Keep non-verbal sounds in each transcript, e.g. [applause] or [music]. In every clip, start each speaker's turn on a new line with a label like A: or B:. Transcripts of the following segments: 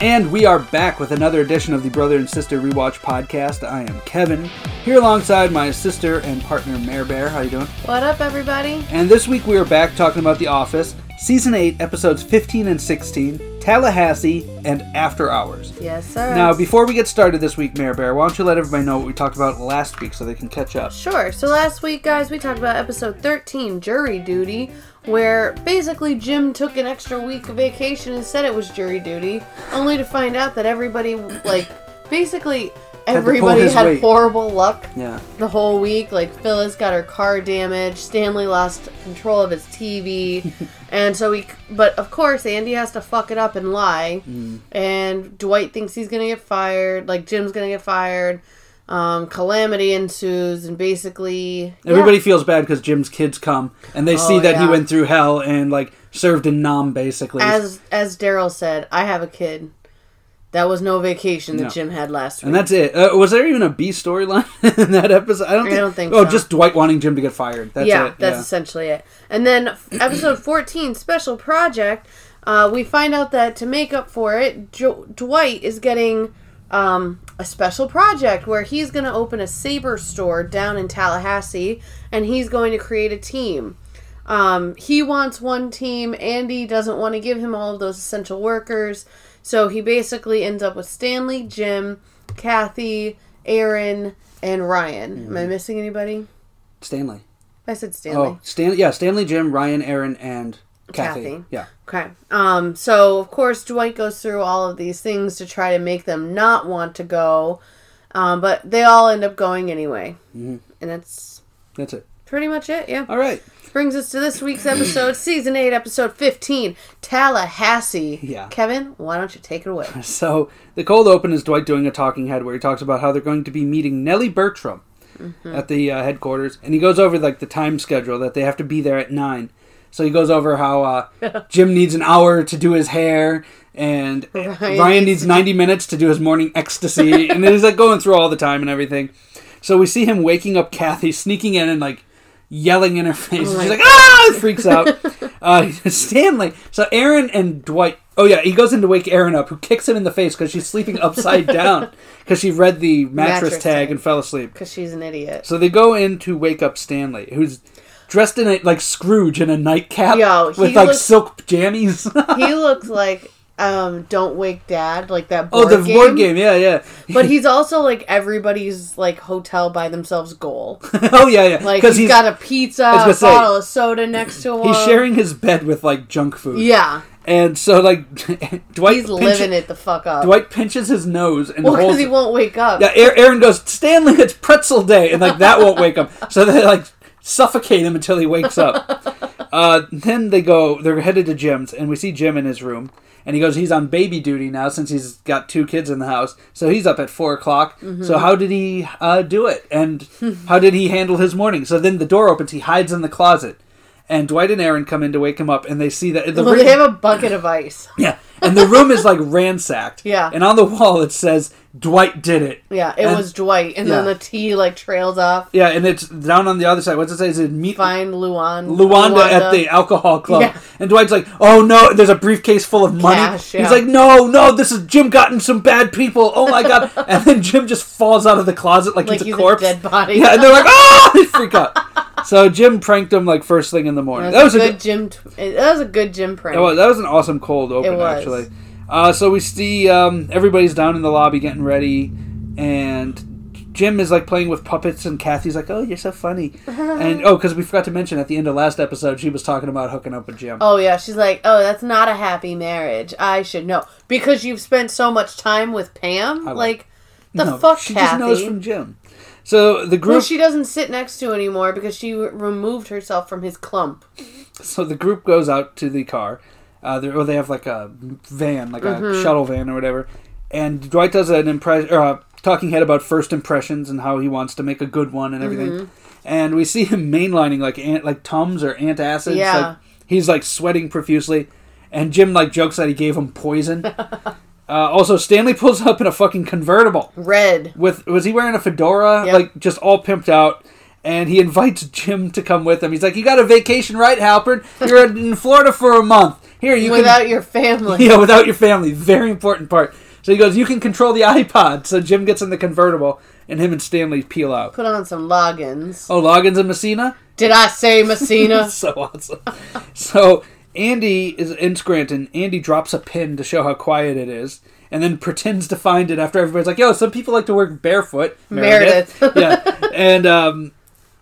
A: And we are back with another edition of the Brother and Sister Rewatch Podcast. I am Kevin, here alongside my sister and partner Mare Bear. How you doing?
B: What up, everybody?
A: And this week we are back talking about The Office, Season 8, Episodes 15 and 16, Tallahassee, and After Hours.
B: Yes, sir.
A: Now, before we get started this week, Mare Bear, why don't you let everybody know what we talked about last week so they can catch up?
B: Sure. So last week, guys, we talked about episode 13, Jury Duty, where basically Jim took an extra week of vacation and said it was jury duty, only to find out that everybody, like, basically
A: to pull
B: everybody
A: his
B: had
A: weight.
B: horrible luck
A: Yeah.
B: the whole week. Like, Phyllis got her car damaged, Stanley lost control of his
A: [laughs]
B: TV, and so we, but of course, Andy has to fuck it up and lie,
A: Mm.
B: and Dwight thinks he's gonna get fired, like, Jim's gonna get fired. Um, calamity ensues, and basically yeah.
A: Everybody feels bad because Jim's kids come and they see
B: Oh,
A: that he
B: yeah.
A: went through hell and like served in nom basically.
B: as as Daryl said, I have a kid. That was no vacation that
A: No.
B: Jim had last week.
A: and that's it. Uh, was there even a B storyline [laughs] in that episode? I don't
B: I
A: think.
B: don't think
A: oh,
B: so.
A: just Dwight wanting Jim to get fired. That's
B: yeah,
A: it.
B: that's essentially it. And then f- episode fourteen, special project. Uh, we find out that to make up for it, jo- Dwight is getting um, a special project where he's going to open a saber store down in Tallahassee, and he's going to create a team. Um, he wants one team. Andy doesn't want to give him all of those essential workers. So he basically ends up with Stanley, Jim, Kathy, Aaron, and Ryan. Am I missing anybody?
A: Stanley.
B: I said Stanley.
A: Mm-hmm. Oh, Stan. Yeah, Stanley, Jim, Ryan, Aaron, and Kathy.
B: Kathy.
A: Yeah.
B: Okay. Um, so of course Dwight goes through all of these things to try to make them not want to go, um, but they all end up going anyway, mm-hmm. and that's
A: That's it.
B: pretty much it. Yeah.
A: All right.
B: Brings us to this week's episode,
A: [coughs]
B: season eight, episode fifteen, Tallahassee.
A: Yeah.
B: Kevin, why don't you take
A: [laughs]
B: it away?
A: So the cold open is Dwight doing a talking head where he talks about how they're going to be meeting Nellie Bertram
B: Mm-hmm.
A: at the uh, headquarters, and he goes over like the time schedule that they have to be there at nine. So he goes over how
B: [laughs]
A: uh, Jim needs an hour to do his hair, and
B: Right.
A: Ryan needs ninety minutes to do his morning ecstasy, and he's like going through all the time and everything. So we see him waking up Kathy, sneaking in and like yelling in her face. and
B: my
A: she's like, ah, freaks out. uh, [laughs] Stanley. So Aaron and Dwight. Oh yeah, he goes in to wake Aaron up, who kicks him in the face because she's sleeping
B: [laughs]
A: upside down because she read the mattress, tag
B: Mattress tag.
A: and fell asleep.
B: Because she's an idiot.
A: So they go in to wake up Stanley, who's dressed in a like Scrooge in a nightcap
B: Yo, he
A: with like
B: looks-
A: silk jammies. [laughs]
B: he looks like um, don't wake dad, like that.
A: oh,
B: Board
A: the board game. Yeah, yeah. [laughs]
B: But he's also like everybody's like hotel by themselves
A: [laughs]
B: goal.
A: oh yeah, yeah.
B: Like
A: Because he's
B: he's got a pizza, a
A: gonna
B: bottle
A: say,
B: of soda next to him.
A: he's sharing his bed with like junk food.
B: Yeah,
A: And so like [laughs] Dwight
B: he's
A: pinch-
B: living it the fuck up.
A: Dwight pinches his nose and
B: well, because
A: holds.
B: he won't wake up.
A: yeah, Aa- Aaron goes, Stanley, it's pretzel day, and like that won't wake him. So they like suffocate him until he wakes up. Uh, then they go. They're headed to Jim's, and we see Jim in his room. And he goes, he's on baby duty now since he's got two kids in the house. So he's up at four o'clock.
B: Mm-hmm.
A: So how did he uh, do it? And how did he handle his morning? So then the door opens. He hides in the closet, and Dwight and Aaron come in to wake him up. And they see that the
B: well,
A: room-
B: they have a bucket of ice.
A: yeah, and the room is like ransacked.
B: [laughs] Yeah.
A: and on the wall it says Dwight did it.
B: Yeah, it
A: And-
B: was Dwight, and then
A: yeah.
B: the tea like trails off.
A: Yeah, and it's down on the other side. What's it say? Is it meet
B: Find Luan,
A: Luanda, at the alcohol club?
B: Yeah.
A: And Dwight's like, "Oh no, there's a briefcase full of money."
B: Cash, yeah.
A: He's like, "No, no, this is Jim gotten some bad people. Oh my
B: [laughs]
A: god!" and then Jim just falls out of the closet like,
B: like
A: he's
B: he's
A: a corpse.
B: a dead body.
A: yeah, and they're like, "Oh!" They freak out. So Jim pranked him like first thing in the morning.
B: [laughs] that was,
A: That was
B: a
A: a
B: good Jim. T- that was a good Jim prank.
A: That was, Oh, that was an awesome cold open,
B: It was.
A: actually. Uh, so we see um, everybody's down in the lobby getting ready, and Jim is like playing with puppets, and Kathy's like, "Oh, you're so
B: [laughs]
A: funny," and oh, because we forgot to mention at the end of last episode, she was talking about hooking up with Jim.
B: Oh yeah, she's like, oh, that's not a happy marriage. I should know because you've spent so much time with Pam.
A: I like-
B: like, the
A: No,
B: fuck,
A: she
B: Kathy.
A: just knows from Jim. So the
B: Who
A: group,
B: she doesn't sit next to anymore because she re- removed herself from his clump.
A: so the group goes out to the car. Uh, they or they have like a van, like a shuttle van or whatever. And Dwight does an impression, or uh, talking head about first impressions and how he wants to make a good one and everything. And we see him [laughs] mainlining like ant, like tums or antacids.
B: Yeah.
A: Like, he's like sweating profusely, and Jim like jokes that he gave him poison. uh, also, Stanley pulls up in a fucking convertible
B: Red.
A: with was he wearing a fedora
B: Yep.
A: like just all pimped out and he invites Jim to come with him. He's like, "You got a vacation, right, Halpern? You're in Florida for a month. Here, you can
B: without your family.
A: [laughs] yeah, without your family. Very important part. So he goes, You can control the iPod. So Jim gets in the convertible, and him and Stanley peel out.
B: Put on some logins.
A: Oh, Loggins and Messina?
B: Did I say Messina?
A: [laughs] That's so awesome. so Andy is in Scranton. Andy drops a pin to show how quiet it is. And then pretends to find it after everybody's like, "Yo, some people like to work barefoot."
B: [laughs]
A: yeah, and um,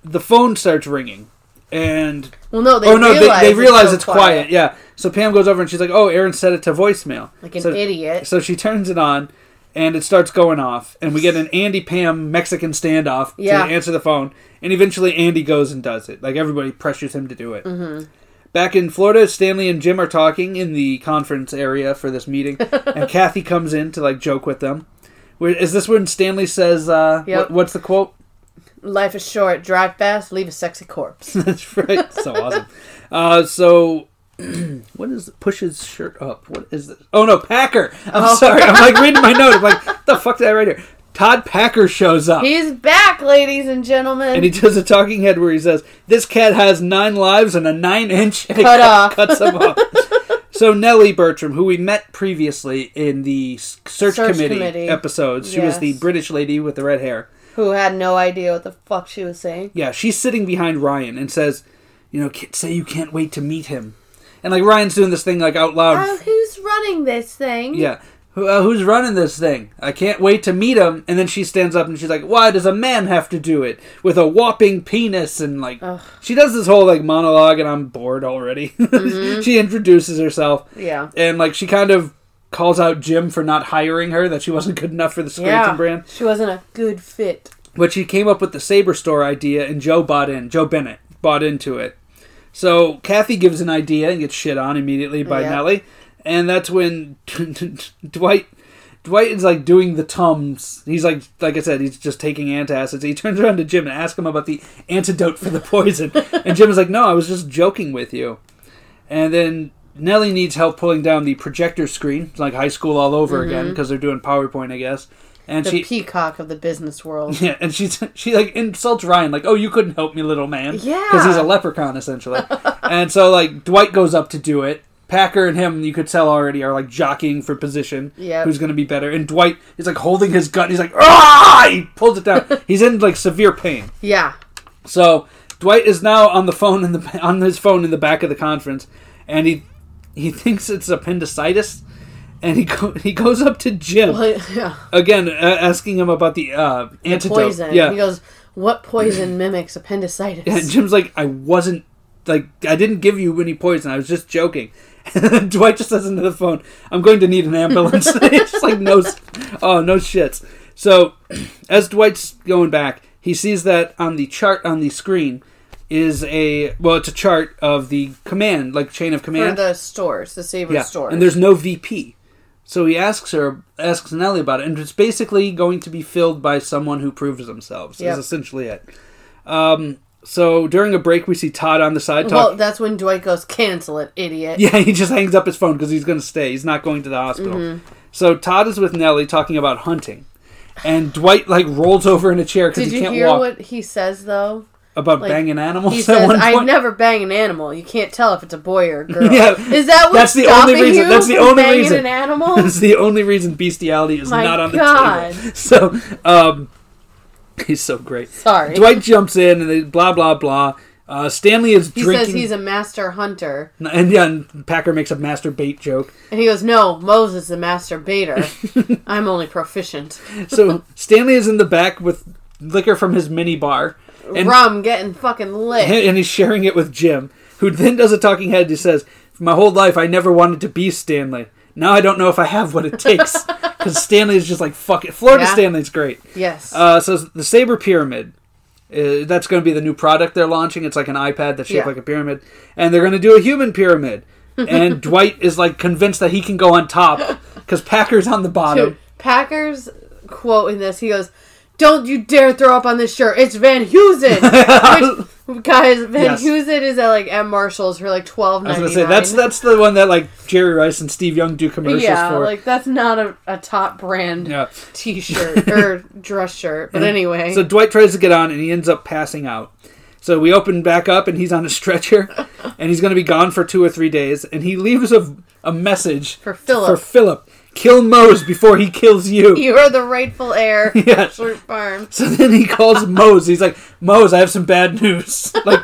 A: the phone starts ringing, and
B: well, no, they
A: oh no,
B: realize
A: they, they realize it's,
B: so
A: quiet. Yeah, so Pam goes over and she's like, "Oh, Aaron set it to voicemail."
B: Like an
A: So-
B: idiot.
A: So she turns it on, and it starts going off, and we get an Andy Pam Mexican standoff
B: Yeah.
A: to answer the phone, and eventually Andy goes and does it. Like everybody pressures him to do it. Mm-hmm. Back in Florida, Stanley and Jim are talking in the conference area for this meeting, and Kathy comes in to like joke with them. Where- Is this when Stanley says, uh,
B: Yep.
A: what- "What's the quote?"
B: Life is short. Drive fast. Leave a sexy corpse. [laughs]
A: [laughs] That's right. So awesome. Uh, so. [clears throat] What is push his shirt up? What is this? Oh no, Packer! I'm sorry. I'm like reading my note. I'm like,
B: [laughs]
A: what the fuck did I write here? Todd Packer shows up,
B: He's back, ladies and gentlemen.
A: and he does a talking head where he says, "This cat has nine lives and a nine-inch." [laughs] And he
B: Cut off.
A: Cuts him
B: [laughs]
A: off. so Nellie Bertram, who we met previously in the s- search,
B: Search
A: committee,
B: committee.
A: episodes, she was the
B: Yes.
A: British lady with the red hair.
B: who had no idea what the fuck she was saying.
A: Yeah, she's sitting behind Ryan and says, "You know, "Can't- say you can't wait to meet him." And like Ryan's doing this thing like out loud.
B: Oh, who's running this thing?
A: Yeah, Who, uh, who's running this thing? I can't wait to meet him. And then she stands up and she's like, "Why does a man have to do it with a whopping penis?" And like,
B: Ugh.
A: she does this whole like monologue, and I'm bored already. [laughs]
B: Mm-hmm.
A: she introduces herself,
B: Yeah.
A: and like she kind of calls out Jim for not hiring her, that she wasn't good enough for the Scranton
B: Yeah.
A: brand.
B: She wasn't a good fit.
A: But she came up with the Saber Store idea, and Joe bought in. Joe Bennett bought into it. So Kathy gives an idea and gets shit on immediately by
B: Yeah.
A: Nellie, and that's when [laughs] Dwight. Dwight is like doing the tums. He's like, like I said, he's just taking antacids. He [laughs] turns around to Jim and asks him about the antidote for the poison, and Jim is like, "No, I was just joking with you." And then Nellie needs help pulling down the projector screen, It's like high school all over again because they're doing PowerPoint, I guess. And
B: Mm-hmm. The
A: she
B: peacock of the business world.
A: yeah, and she's she like insults Ryan like, "Oh, you couldn't help me, little man."
B: Yeah.
A: because he's a leprechaun
B: [laughs]
A: essentially. and so like Dwight goes up to do it. Packer and him, you could tell already, are like jockeying for position.
B: Yep.
A: who's going to be better? And Dwight is like holding his gun. He's like, "Ah!" He pulls it
B: [laughs]
A: down. he's in like severe pain.
B: yeah. [laughs]
A: So Dwight is now on the phone in the on his phone in the back of the conference, and he he thinks it's appendicitis, and he go, he goes up to Jim
B: Well, yeah.
A: again, uh, asking him about the uh, antidote.
B: Poison.
A: Yeah,
B: He goes, What poison mimics appendicitis?
A: and Jim's like, I wasn't like I didn't give you any poison. I was just joking. [laughs] And Dwight just says into the phone, "I'm going to need an ambulance." [laughs] it's just like no, s- oh no shits. So [clears throat] as Dwight's going back, he sees that on the chart on the screen is a well, it's a chart of the command like chain of
B: For
A: command.
B: the stores, the Saber
A: yeah,
B: stores.
A: and there's no VP. So he asks her, asks Nelly about it, and it's basically going to be filled by someone who proves themselves.
B: Yep.
A: Is essentially it. Um, so during a break, we see Todd on the side talking.
B: Well, that's when Dwight goes, Cancel it,
A: [laughs]
B: idiot.
A: Yeah, he just hangs up his phone because he's going to stay. He's not going to the hospital.
B: Mm-hmm.
A: So Todd is with Nelly talking about hunting, and Dwight like rolls over in a chair because
B: Did
A: he
B: you
A: can't
B: hear
A: walk
B: what he says, though?
A: about
B: like,
A: banging animals. [laughs]
B: He
A: at
B: says,
A: one
B: I
A: point.
B: never bang an animal. You can't tell if it's a boy or a girl.
A: Yeah.
B: Is that
A: That's
B: what's
A: the only
B: stopping
A: reason-
B: you
A: that's the
B: from
A: only
B: banging
A: reason. [laughs]
B: an animal?
A: That's
B: [laughs]
A: the only reason bestiality is
B: My
A: not on
B: God.
A: the table. [laughs] So um, he's so great.
B: Sorry.
A: Dwight jumps in and they blah blah blah. Uh, Stanley is
B: he
A: drinking,
B: says he's a master hunter.
A: and, yeah, and Packer makes a master bait joke.
B: And he goes, No, Moses the master baiter.
A: [laughs]
B: I'm only proficient. [laughs]
A: So Stanley is in the back with liquor from his mini bar, and
B: Rum getting fucking
A: [laughs]
B: lit.
A: and he's sharing it with Jim, who then does a talking head. He says, "For my whole life, I never wanted to be Stanley. Now I don't know if I have what it
B: [laughs]
A: takes." Because Stanley is just like fuck it. Florida
B: Yeah.
A: Stanley's great.
B: yes.
A: Uh, so the Saber Pyramid. Uh, that's going to be the new product they're launching. It's like an iPad that's shaped
B: Yeah.
A: like a pyramid, and they're going to do a human
B: [laughs]
A: pyramid. And Dwight is like convinced that he can go on top because Packer's on the bottom.
B: Dude, Packer's quote in this, he goes, Don't you dare throw up on this shirt. It's Van
A: [laughs]
B: Heusen. Which, guys, Van
A: Yes.
B: Heusen is at like at Marshalls for like twelve
A: I was
B: ninety
A: gonna
B: nine.
A: say that's that's the one that like Jerry Rice and Steve Young do commercials
B: yeah,
A: for.
B: like that's not a, a top brand
A: yeah. [laughs]
B: T-shirt or dress shirt. But anyway,
A: So Dwight tries to get on and he ends up passing out. So we open back up and he's on a
B: [laughs]
A: stretcher and he's going to be gone for two or three days. And he leaves a, a message
B: for
A: for
B: Philip,
A: Philip kill Mose before he kills you.
B: [laughs] you are the rightful
A: [laughs]
B: heir.
A: Yeah.
B: of Shirt Farm.
A: [laughs] So then he calls Mose. He's like, Mose, I have some bad news. [laughs] Like,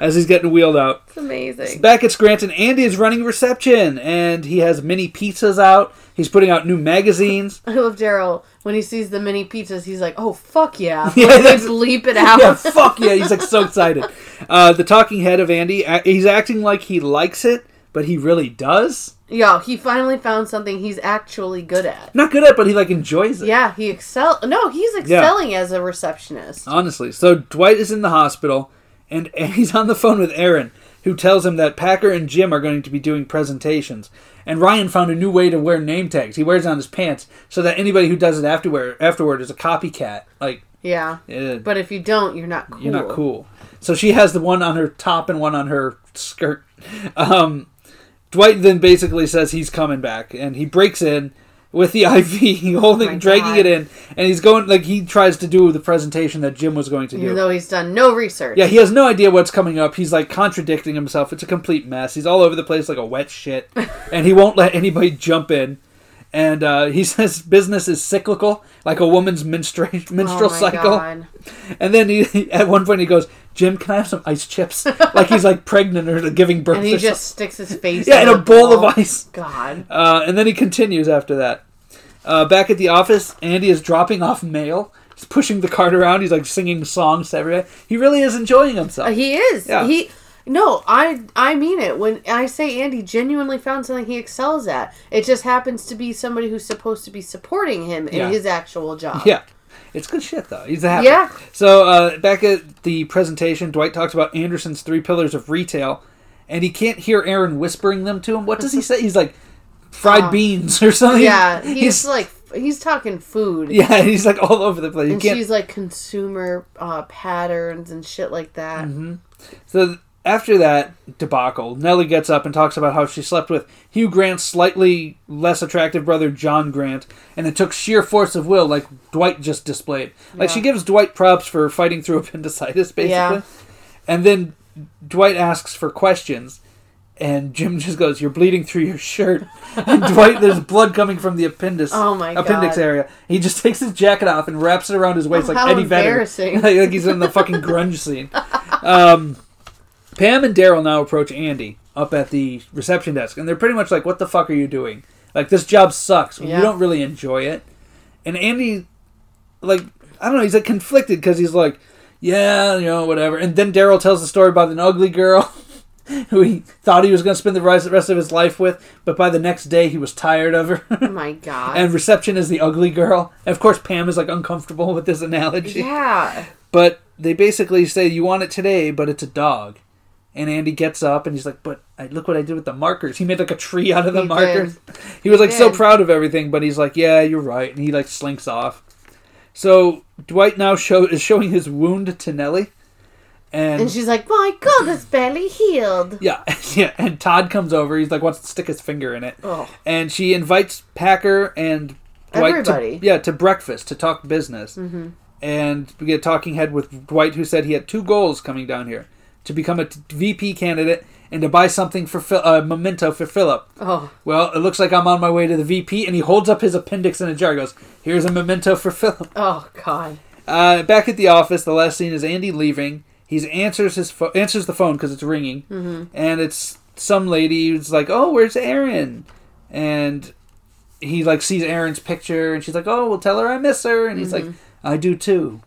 A: as he's getting wheeled out.
B: It's amazing.
A: Back at Scranton, Andy is running reception and he has mini pizzas out. He's putting out new magazines.
B: I love Daryl when he sees the mini pizzas. He's like, "Oh fuck yeah!"
A: [laughs] Yeah,
B: yeah they
A: that's-
B: just leap it
A: [laughs]
B: out. [laughs]
A: yeah, fuck yeah. He's like so excited. Uh, the talking head of Andy, a- he's acting like he likes it, but he really does.
B: Yo, he finally found something he's actually good at.
A: Not good at, it, but he like enjoys it.
B: Yeah, he excel. No, he's excelling as a receptionist.
A: Honestly. So Dwight is in the hospital and [laughs] he's on the phone with Aaron, who tells him that Packer and Jim are going to be doing presentations. And Ryan found a new way to wear name tags. He wears it on his pants so that anybody who does it afterward, afterward is a copycat. Like,
B: Yeah,
A: eh,
B: but if you don't, you're not cool.
A: you're not cool. So she has the one on her top and one on her skirt. [laughs] Um, Dwight then basically says he's coming back, and he breaks in with the [laughs] IV, holding,
B: Oh my
A: dragging
B: God.
A: it in, and he's going like he tries to do the presentation that Jim was going to do.
B: Even though he's done no research.
A: yeah, he has no idea what's coming up. He's like contradicting himself. It's a complete mess. He's all over the place like a wet
B: [laughs]
A: shit, and he won't let anybody jump in. And uh, he [laughs] says business is cyclical, like a woman's menstruation menstrual
B: [laughs] oh my
A: cycle.
B: God.
A: And then he, he- at one point he goes, "Jim, can I have some ice
B: [laughs]
A: chips?" like he's like pregnant or giving birth.
B: And he
A: or
B: just sticks
A: [laughs]
B: his face.
A: something. yeah, in
B: in
A: a
B: the
A: bowl of ice.
B: God.
A: Uh, and then he continues after that. Uh, back at the office, Andy is dropping off mail. He's pushing the cart around. He's like singing songs to everybody. He really is enjoying himself.
B: Uh, He is.
A: Yeah.
B: He no, I I mean it. When I say Andy genuinely found something he excels at, it just happens to be somebody who's supposed to be supporting him in
A: Yeah.
B: his actual job.
A: yeah, it's good shit though. He's happy.
B: Yeah.
A: So uh, back at the presentation, Dwight talks about Anderson's three pillars of retail, and he can't hear Aaron whispering them to him. What does he say? He's like fried
B: Uh,
A: beans or something. [laughs]
B: Yeah, he's, like he's talking food.
A: Yeah, and he's like all over the place. You
B: And
A: can't-
B: she's like consumer uh, patterns and shit like that.
A: So th- after that debacle, Nellie gets up and talks about how she slept with Hugh Grant's slightly less attractive brother John Grant, and it took sheer force of will, like Dwight just displayed. Like
B: Yeah.
A: she gives Dwight props for fighting through [laughs] appendicitis, basically.
B: Yeah.
A: And then Dwight asks for questions. And Jim [laughs] just goes, "You're bleeding through your shirt." [laughs] And Dwight, there's blood coming from the appendix,
B: Oh my
A: appendix
B: God.
A: area. He just [laughs] takes his jacket off and wraps it around his waist
B: Oh,
A: like
B: how
A: Eddie Vedder, [laughs]
B: embarrassing.
A: like, like he's in the fucking grunge scene. Um, Pam and Daryl now approach Andy up at the reception desk, and they're pretty much like, "What the fuck are you doing? Like this job sucks.
B: Yeah.
A: You don't really enjoy it." And Andy, like, I don't know, he's like conflicted because he's like, "Yeah, you know, whatever." And then Daryl tells the story about an ugly girl. [laughs] Who he thought he was going to spend the ris- rest of his life with, but by the next day he was tired of her. [laughs]
B: Oh my god.
A: and reception is the ugly girl. And of course, Pam is like uncomfortable with this analogy.
B: yeah.
A: But they basically say, "You want it today, but it's a dog." And Andy gets up and he's like, "But I, look what I did with the markers. He made like a tree out of the
B: He did.
A: markers. [laughs] He was like so
B: did.
A: proud of everything, but he's like, "Yeah, you're right." And he like slinks off. So Dwight now show is showing his wound to Nellie, and,
B: And she's like, "My god, that's barely healed."
A: yeah, [laughs] yeah. And Todd comes over. He's like wants to stick his finger in it,
B: Oh.
A: and she invites Packer and Dwight to-
B: Everybody.
A: yeah, to breakfast to talk business. Mm-hmm. And we get a talking head with Dwight, who said he had two goals coming down here: to become a t- VP candidate and to buy something for Phil- uh, memento for Philip.
B: Oh.
A: Well, it looks like I'm on my way to the VP, and he holds up his appendix in a jar. He goes, "Here's a memento for Philip."
B: Oh god.
A: Uh, back at the office, the last scene is Andy leaving. He answers his pho- answers the phone because it's ringing,
B: Mm-hmm.
A: and it's some lady who's like, "Oh, where's Aaron?" And he like sees Aaron's picture, and she's like, "Oh, well, tell her I miss her." And he's like,
B: Mm-hmm.
A: "I do too."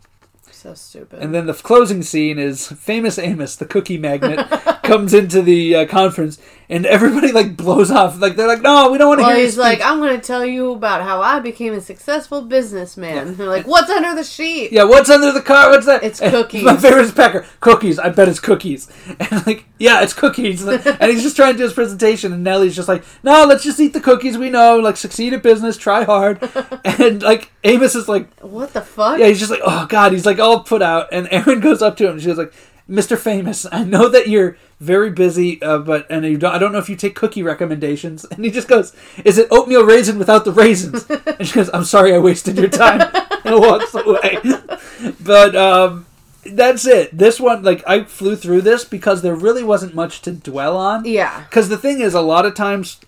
B: So stupid. [laughs]
A: And then the f- closing scene is famous Amos, the cookie magnet, comes into the uh, conference, and everybody like blows off. Like they're like, "No, we don't want to
B: Well,
A: hear." you
B: he's
A: speak."
B: like, I'm going to tell you about how I became a successful businessman. They're [laughs] like, what's under the sheet?
A: Yeah, what's under the car? What's that?
B: It's
A: And [laughs]
B: cookies.
A: My favorite is Pecker. Cookies. I bet it's cookies. [laughs] And like, yeah, it's cookies.
B: [laughs]
A: and he's just trying to do his presentation, and Nelly's just like, no, let's just eat the cookies. We know, like, succeed at business, try
B: [laughs]
A: hard. and like, Amos is like,
B: What the fuck?
A: yeah, he's just like, oh god, he's like all put out. And Aaron [laughs] goes up to him, and she's like, Mr. Famous, I know that you're very busy, uh, but and you don't, I don't know if you take cookie recommendations. [laughs] And he just goes, is it oatmeal raisin without the raisins? and she goes, I'm sorry, I wasted your time, and walks away. [laughs] but um, that's it. This one, like, I flew through this because there really wasn't much to dwell on.
B: Yeah.
A: Because the thing is, a lot of times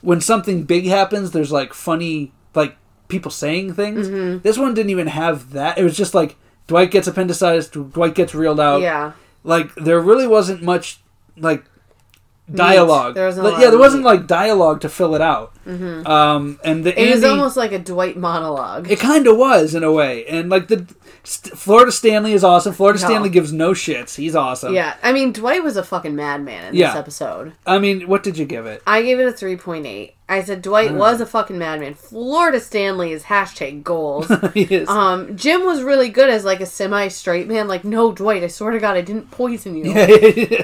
A: when something big happens, there's like funny, like people saying things.
B: Mm-hmm.
A: This one didn't even have that. It was just like Dwight gets appendicitis, Dwight gets reeled out.
B: Yeah.
A: Like there really wasn't much like dialogue.
B: There wasn't a
A: Like,
B: lot
A: yeah,
B: of
A: there wasn't
B: meat. Mm-hmm.
A: like dialogue to fill it out. Um, and the
B: It was
A: Andy-
B: almost like a Dwight monologue.
A: it kind of was in a way, and like the St- Florida Stanley is awesome. Florida
B: No.
A: Stanley gives no shits. He's awesome.
B: yeah. I mean, Dwight was a fucking madman in
A: Yeah.
B: this episode.
A: I mean, what did you give it? [laughs]
B: I gave it a 3.8. I said Dwight
A: Mm.
B: was a fucking madman. Florida Stanley is
A: [laughs]
B: hashtag goals.
A: He is-
B: um, Jim was really good as like a semi straight man. Like, no, Dwight, I swear to God, I didn't poison you.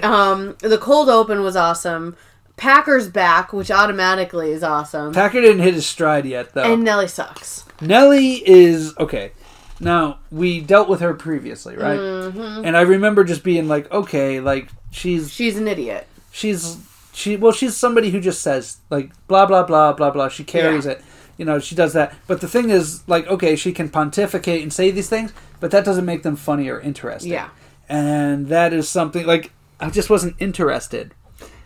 B: Um, the cold open was awesome. Packer's back, which automatically is awesome.
A: Packer didn't hit his stride yet, though.
B: and Nelly sucks.
A: Nelly is okay. Now we dealt with her previously, right?
B: Mm-hmm.
A: And I remember just being like, okay, like she's
B: She's an idiot.
A: she's she well, she's somebody who just says like blah blah blah blah blah. She carries
B: Yeah.
A: it, you know. She does that. But the thing is, like, okay, she can pontificate and say these things, but that doesn't make them funny or interesting.
B: Yeah.
A: And that is something like I just wasn't interested.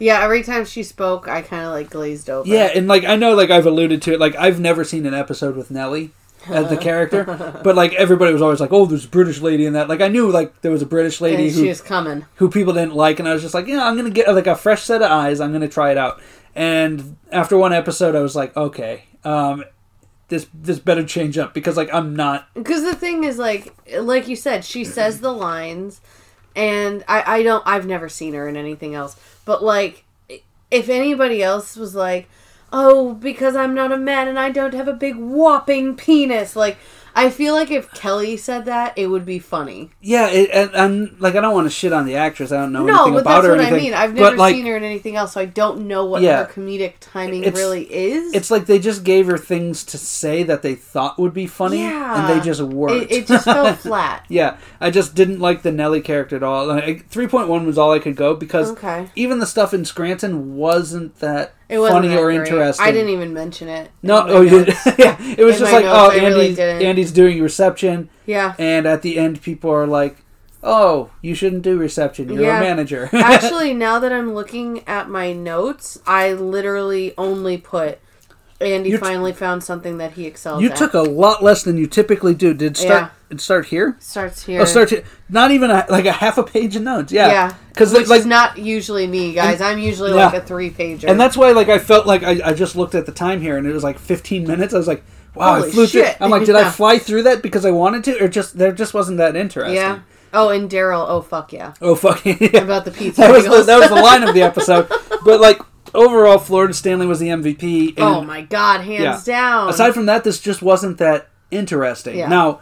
B: Yeah, every time she spoke, I kind of like glazed over.
A: Yeah, and like I know, like I've alluded to it, like I've never seen an episode with Nellie as the
B: [laughs]
A: character, but like everybody was always like, "Oh, there's a British lady in that." Like I knew, like there was a British
B: and
A: lady
B: she
A: who
B: was coming.
A: who people didn't like, and I was just like, "Yeah, I'm gonna get like a fresh set of eyes. I'm gonna try it out." And after one episode, I was like, "Okay, um, this this better change up because like I'm not."
B: Because the thing is, like, like you said, she says the lines, and I, I don't, I've never seen her in anything else. But like, if anybody else was like, "Oh, because I'm not a man and I don't have a big whopping penis," like, I feel like if Kelly said that, it would be funny.
A: Yeah, it, and, and like I don't want to shit on the actress. I don't know
B: No,
A: anything
B: but
A: about
B: that's
A: her. or
B: what I
A: anything,
B: mean. I've
A: but,
B: never
A: like,
B: seen her in anything else, so I don't know what
A: Yeah.
B: her comedic timing
A: It's-
B: really is.
A: It's like they just gave her things to say that they thought would be funny,
B: Yeah.
A: and they just
B: it,
A: weren't.
B: it
A: [laughs]
B: just felt flat.
A: Yeah, I just didn't like the Nelly character at all. Like, Three point one was all I could go because
B: Okay.
A: even the stuff in Scranton wasn't that
B: It wasn't
A: funny
B: that
A: or
B: great.
A: interesting.
B: I didn't even mention it.
A: No,
B: in my
A: oh, you-
B: notes.
A: [laughs] yeah, it was
B: In
A: just
B: my
A: like
B: notes,
A: oh,
B: I really
A: Andy's
B: didn't.
A: Andy's doing reception,
B: yeah.
A: and at the end, people are like, "Oh, you shouldn't do reception. You're
B: Yeah.
A: a manager." [laughs]
B: Actually, now that I'm looking at my notes, I literally only put Andy
A: You t-
B: finally found something that he excelled
A: you
B: at.
A: took a lot less than you typically do. Did it start? Did it start here?
B: starts here.
A: Oh, start here. Not even a, like a half a page of notes. Yeah,
B: yeah,
A: Because
B: which
A: like
B: is not usually me, guys. I'm usually
A: Yeah.
B: like a three pager.
A: And that's why, like, I felt like I, I just looked at the time here, and it was like 15 minutes. I was like, "Wow, I
B: Holy
A: flew
B: shit.
A: through." I'm like, "Did I
B: Yeah.
A: fly through that because I wanted to, or just there just wasn't that interesting?"
B: yeah. Oh, and Daryl. Oh fuck yeah.
A: Oh fucking. [laughs] Yeah.
B: About the pizza.
A: that was the,
B: bagels.
A: that was the line of the
B: [laughs]
A: episode. But like overall, Florida Stanley was the MVP. And
B: oh my god, hands
A: Yeah.
B: down.
A: Aside from that, this just wasn't that interesting.
B: Yeah.
A: Now,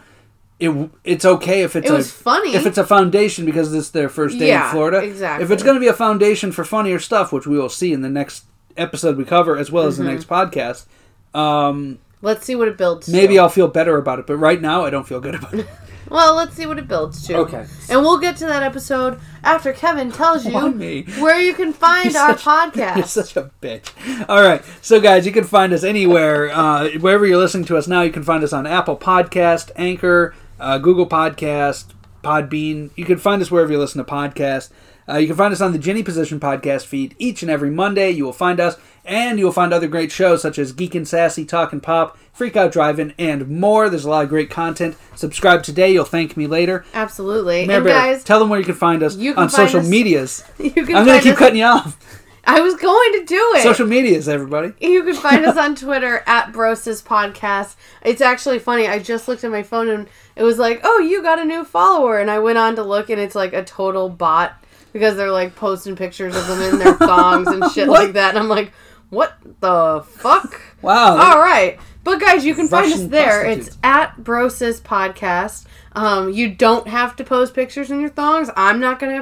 A: it it's okay if it's
B: It
A: a,
B: was funny.
A: if it's a foundation because this is their first day
B: Yeah,
A: in Florida.
B: exactly.
A: If it's going to be a foundation for funnier stuff, which we will see in the next episode we cover as well as
B: Mm-hmm.
A: the next podcast. Um,
B: let's see what it builds.
A: maybe
B: to.
A: I'll feel better about it, but right now I don't feel good about it.
B: Well, let's see what it builds to.
A: Okay.
B: And we'll get to that episode after Kevin tells you
A: Why me?
B: where you can find
A: You're
B: our
A: such- [laughs]
B: [laughs]
A: You're
B: podcast.
A: such a bitch. All right. So, guys, you can find us anywhere. Uh, wherever you're listening to us now, you can find us on Apple Podcast, Anchor, uh, Google Podcast, Podbean. You can find us wherever you listen to podcasts. Uh, you can find us on the Jenny Position podcast feed each and every Monday. You will find us, and you will find other great shows such as Geek and Sassy, Talk and Pop, Freak Out Driving, and more. There's a lot of great content. Subscribe today. You'll thank me later.
B: Absolutely.
A: Mayor
B: and
A: Bear,
B: guys,
A: tell them where you can find us
B: you can
A: on
B: find
A: social
B: us-
A: medias.
B: [laughs] you can
A: I'm going to
B: find
A: keep
B: us-
A: cutting you off.
B: I was going to do it.
A: Social medias, everybody.
B: you can
A: [laughs]
B: find us on Twitter at Brosis Podcast. It's actually funny. I just looked at my phone and it was like, "Oh, you got a new follower," and I went on to look, and it's like a total bot because they're like posting pictures of
A: [laughs]
B: them in their thongs and shit
A: What?
B: like that. And I'm like, what the fuck?
A: Wow.
B: All right. But guys, you can find us
A: Russian
B: there.
A: prostitutes.
B: It's at Brosis Podcast. Um, you don't have to post pictures in your thongs. I'm not going to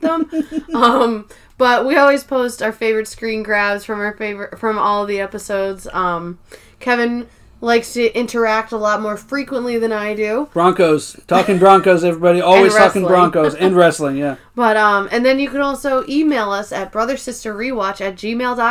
A: [laughs]
B: them. um, but we always post our favorite screen grabs from our favorite from all the episodes. Um, Kevin likes to interact a lot more frequently than I do.
A: Broncos. Talking Broncos,
B: [laughs]
A: everybody. Always talking
B: wrestling.
A: Broncos
B: [laughs]
A: and wrestling, yeah.
B: But um, and then you can also email us at brothersisterrewatch at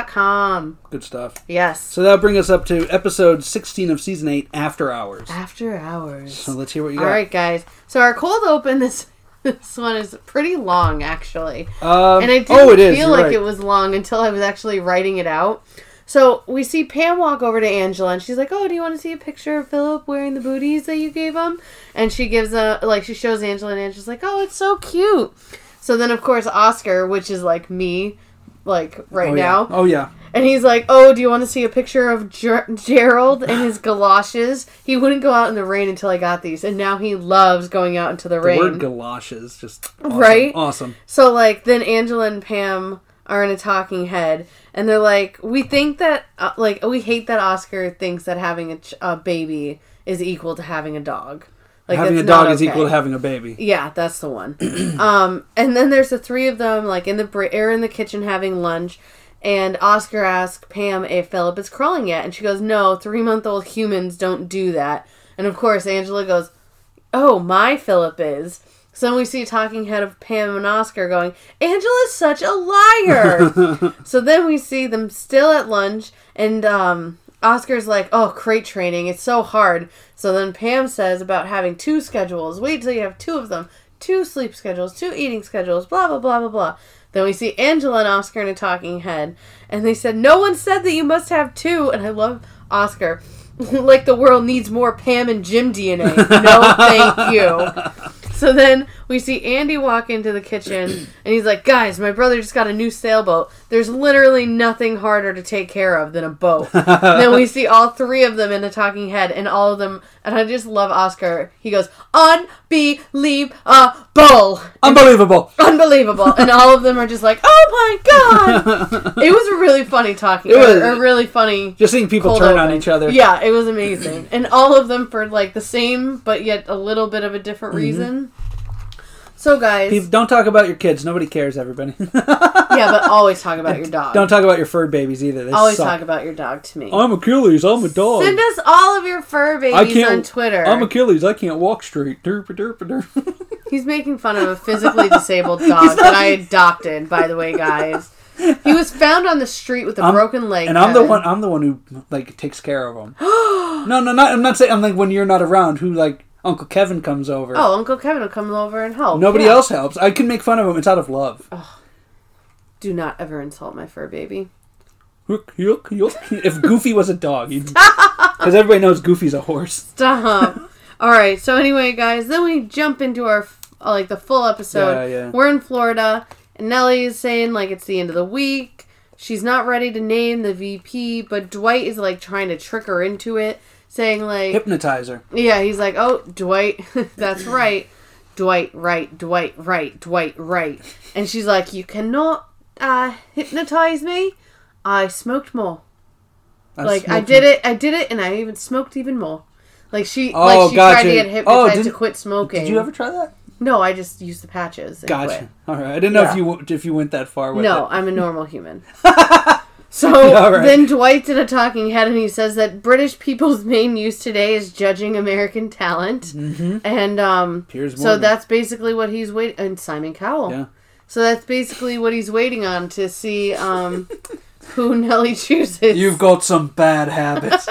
B: gmail.com.
A: Good stuff.
B: Yes.
A: So that'll bring us up to episode 16 of season 8, After Hours.
B: After hours.
A: So let's hear what you got.
B: All right, guys. So our cold open this [laughs] this one is pretty long actually,
A: Um,
B: and I didn't
A: oh, it is.
B: feel
A: you're
B: like
A: right.
B: it was long until I was actually writing it out. So we see Pam walk over to Angela, and she's like, "Oh, do you want to see a picture of Philip wearing the booties that you gave him?" And she gives a like she shows Angela, and Angela's like, "Oh, it's so cute." So then, of course, Oscar, which is like me, like right
A: oh,
B: now,
A: Yeah. Oh, yeah.
B: and he's like, "Oh, do you want to see a picture of Ger- Gerald and
A: [laughs]
B: his galoshes? He wouldn't go out in the rain until I got these, and now he loves going out into the,
A: The word
B: rain."
A: galoshes. Just awesome,
B: Right?
A: Awesome.
B: so like, then Angela and Pam are in a talking head, and they're like, "We think that uh, like we hate that Oscar thinks that having a, ch- a baby is equal to having a dog. Like
A: having a
B: that's
A: dog
B: not
A: is equal
B: okay.
A: to having a baby.
B: Yeah, that's the one. [clears throat] um, and then there's the three of them, like in the br- air in the kitchen having lunch, and Oscar asks Pam if Philip is crawling yet, and she goes, "No, three month old humans don't do that." And of course, Angela goes, "Oh, my Philip is." So then we see a talking head of Pam and Oscar going, Angela's such a liar. so then we see them still at lunch, and um, Oscar's like, oh, crate training, it's so hard. So then Pam says about having two schedules. Wait till you have two of them two sleep schedules, two eating schedules, blah, blah, blah, blah, blah. Then we see Angela and Oscar in a talking head, and they said, no one said that you must have two. And I love Oscar. [laughs] like the world needs more Pam and Jim DNA. No, thank you. So then we see Andy walk into the kitchen
A: [clears throat]
B: and he's like, Guys, my brother just got a new sailboat. There's literally nothing harder to take care of than
A: [laughs]
B: a boat. And then we see all three of them in the talking head and all of them. And I just love Oscar. He goes, Unbelievable.
A: Unbelievable.
B: Unbelievable. And all of them are just like, Oh my
A: [laughs]
B: God. It was a really funny talking.
A: It
B: It
A: was-
B: was a really funny
A: Just seeing people
B: pulled
A: turn on
B: open.
A: each other.
B: Yeah, it was amazing. and all of them for like the same but yet a little bit of a different
A: Mm-hmm.
B: reason. So guys,
A: People- Don't talk about your kids. Nobody cares, everybody. [laughs]
B: yeah, but always talk about your dog.
A: Don't talk about your fur babies either. They
B: always
A: suck.
B: talk about your dog to me.
A: I'm Achilles. I'm a dog.
B: Send us all of your fur
A: I
B: babies
A: can't.
B: on Twitter.
A: I'm Achilles. I can't walk straight. Derp derp derp.
B: He's making
A: [laughs]
B: fun of a physically disabled dog that I adopted, by the way, guys. He was found on the street with a
A: I'm-
B: broken leg.
A: And I'm the
B: Kevin.
A: one. I'm the one who like takes care of
B: [gasps]
A: them. no, no, not. I'm not saying. I'm like when you're not around. Who like Uncle Kevin comes over.
B: Oh, Uncle Kevin will come over and help.
A: Nobody
B: Yeah. Oh.
A: else helps. I can make fun of him. It's out of love.
B: Do not ever insult my fur baby.
A: Yuck, yuck,
B: [laughs]
A: yuck. if Goofy was a dog, because everybody knows Goofy's a horse.
B: Stop. [laughs] All right. So anyway, guys, then we jump into our f- uh, like the full episode.
A: Yeah, yeah.
B: We're in Florida, and Nellie is saying like it's the end of the week. She's not ready to name the VP, but Dwight is like trying to trick her into it, saying like,
A: Hypnotizer.
B: yeah, he's like, oh, Dwight, [laughs] that's right, Dwight, right, Dwight, right, Dwight, right, and she's like, you cannot uh, hypnotize me. I smoked more like I
A: smoked
B: did it, I did it, and I even smoked even more. Like she,
A: Oh,
B: like she tried
A: gotcha.
B: to get
A: Oh,
B: hypnotized to
A: didn't-
B: quit smoking.
A: Did you ever try that?
B: No, I just used the patches. And
A: Gotcha.
B: quit.
A: All right. I didn't know
B: Yeah.
A: if you w- if you went that far with
B: No,
A: it.
B: I'm a
A: [laughs]
B: normal human. So
A: All right.
B: then Dwight's in a talking head, and he says that British people's main use today is judging American talent, mm-hmm. and um,
A: Piers
B: so
A: Morgan.
B: that's basically what he's waiting. And Simon Cowell.
A: Yeah.
B: So that's basically what he's waiting on to see um,
A: [laughs]
B: who Nelly chooses.
A: You've got some bad
B: [laughs]
A: habits.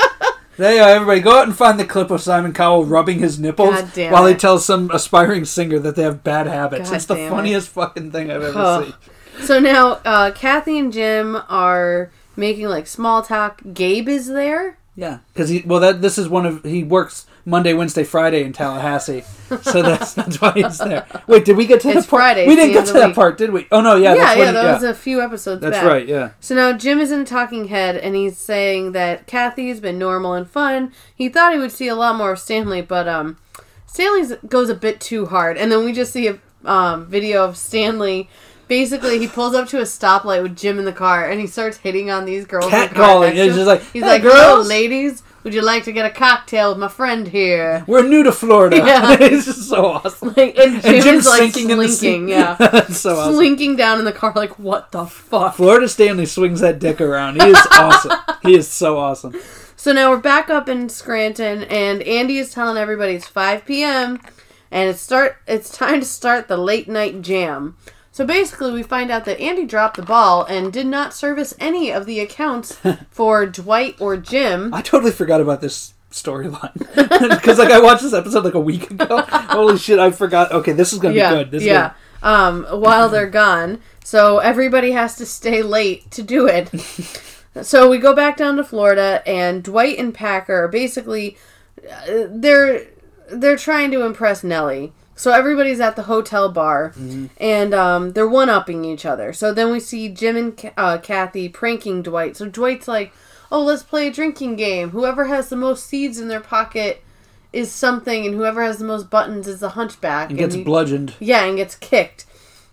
A: there you are, everybody. Go out and find the clip of Simon Cowell rubbing his nipples
B: God damn
A: while he
B: it.
A: tells some aspiring singer that they have bad habits.
B: God
A: it's the
B: damn it.
A: funniest fucking thing I've ever
B: Oh.
A: seen.
B: So now uh, Kathy and Jim are making like small talk. Gabe is there.
A: Yeah, because he well that this is one of he works Monday, Wednesday, Friday in Tallahassee,
B: [laughs]
A: so that's that's why he's there. Wait, did we get to
B: It's
A: that part?
B: Friday,
A: we
B: it's
A: didn't
B: the
A: get
B: end
A: to
B: of the
A: that
B: week.
A: part, did we? Oh no, yeah,
B: Yeah,
A: that's
B: yeah,
A: when he-
B: that
A: yeah.
B: was a few episodes
A: that's
B: back.
A: right. Yeah,
B: So now Jim is in a talking head and he's saying that Kathy has been normal and fun. He thought he would see a lot more of Stanley, but um, Stanley goes a bit too hard. And then we just see a um, video of Stanley Basically, he pulls up to a stoplight with Jim in the car, and he starts hitting on these girls. in the car
A: Catcalling.
B: next to
A: It's
B: him.
A: just like,
B: he's
A: "Hey,
B: like,
A: girls."
B: "Hello, ladies. Would you like to get a cocktail with my friend here?"
A: We're new to Florida. [laughs]
B: Yeah.
A: it's just so
B: [laughs]
A: awesome.
B: Like, and Jim
A: and Jim's
B: is like
A: sinking in the
B: slinking,
A: sea. [laughs]
B: yeah,
A: That's so awesome.
B: slinking down in the car. Like, what the fuck?
A: Florida Stanley swings that dick around. He is
B: [laughs]
A: awesome. He is so awesome.
B: So now we're back up in Scranton, and Andy is telling everybody it's 5 p.m. and it's start. It's time to start the late night jam. So basically, we find out that Andy dropped the ball and did not service any of
A: [laughs]
B: the accounts for Dwight or Jim.
A: I totally forgot about this storyline [laughs] because like I watched this episode like a week ago. Holy shit, I forgot. Okay, this is gonna
B: yeah,
A: be good. This
B: yeah. Um, while they're gone, so everybody has to stay late to
A: [laughs]
B: do it. so we go back down to Florida, and Dwight and Packer are basically uh, they're they're trying to impress Nellie. So everybody's at the hotel bar,
A: Mm-hmm.
B: and um, they're one upping each other. So then we see Jim and Ca- uh, Kathy pranking Dwight. So Dwight's like, "Oh, let's play a drinking game. Whoever has the most seeds in their pocket." Is something, and whoever has the most buttons is the hunchback.
A: good. He gets
B: you-
A: bludgeoned.
B: yeah, and gets kicked.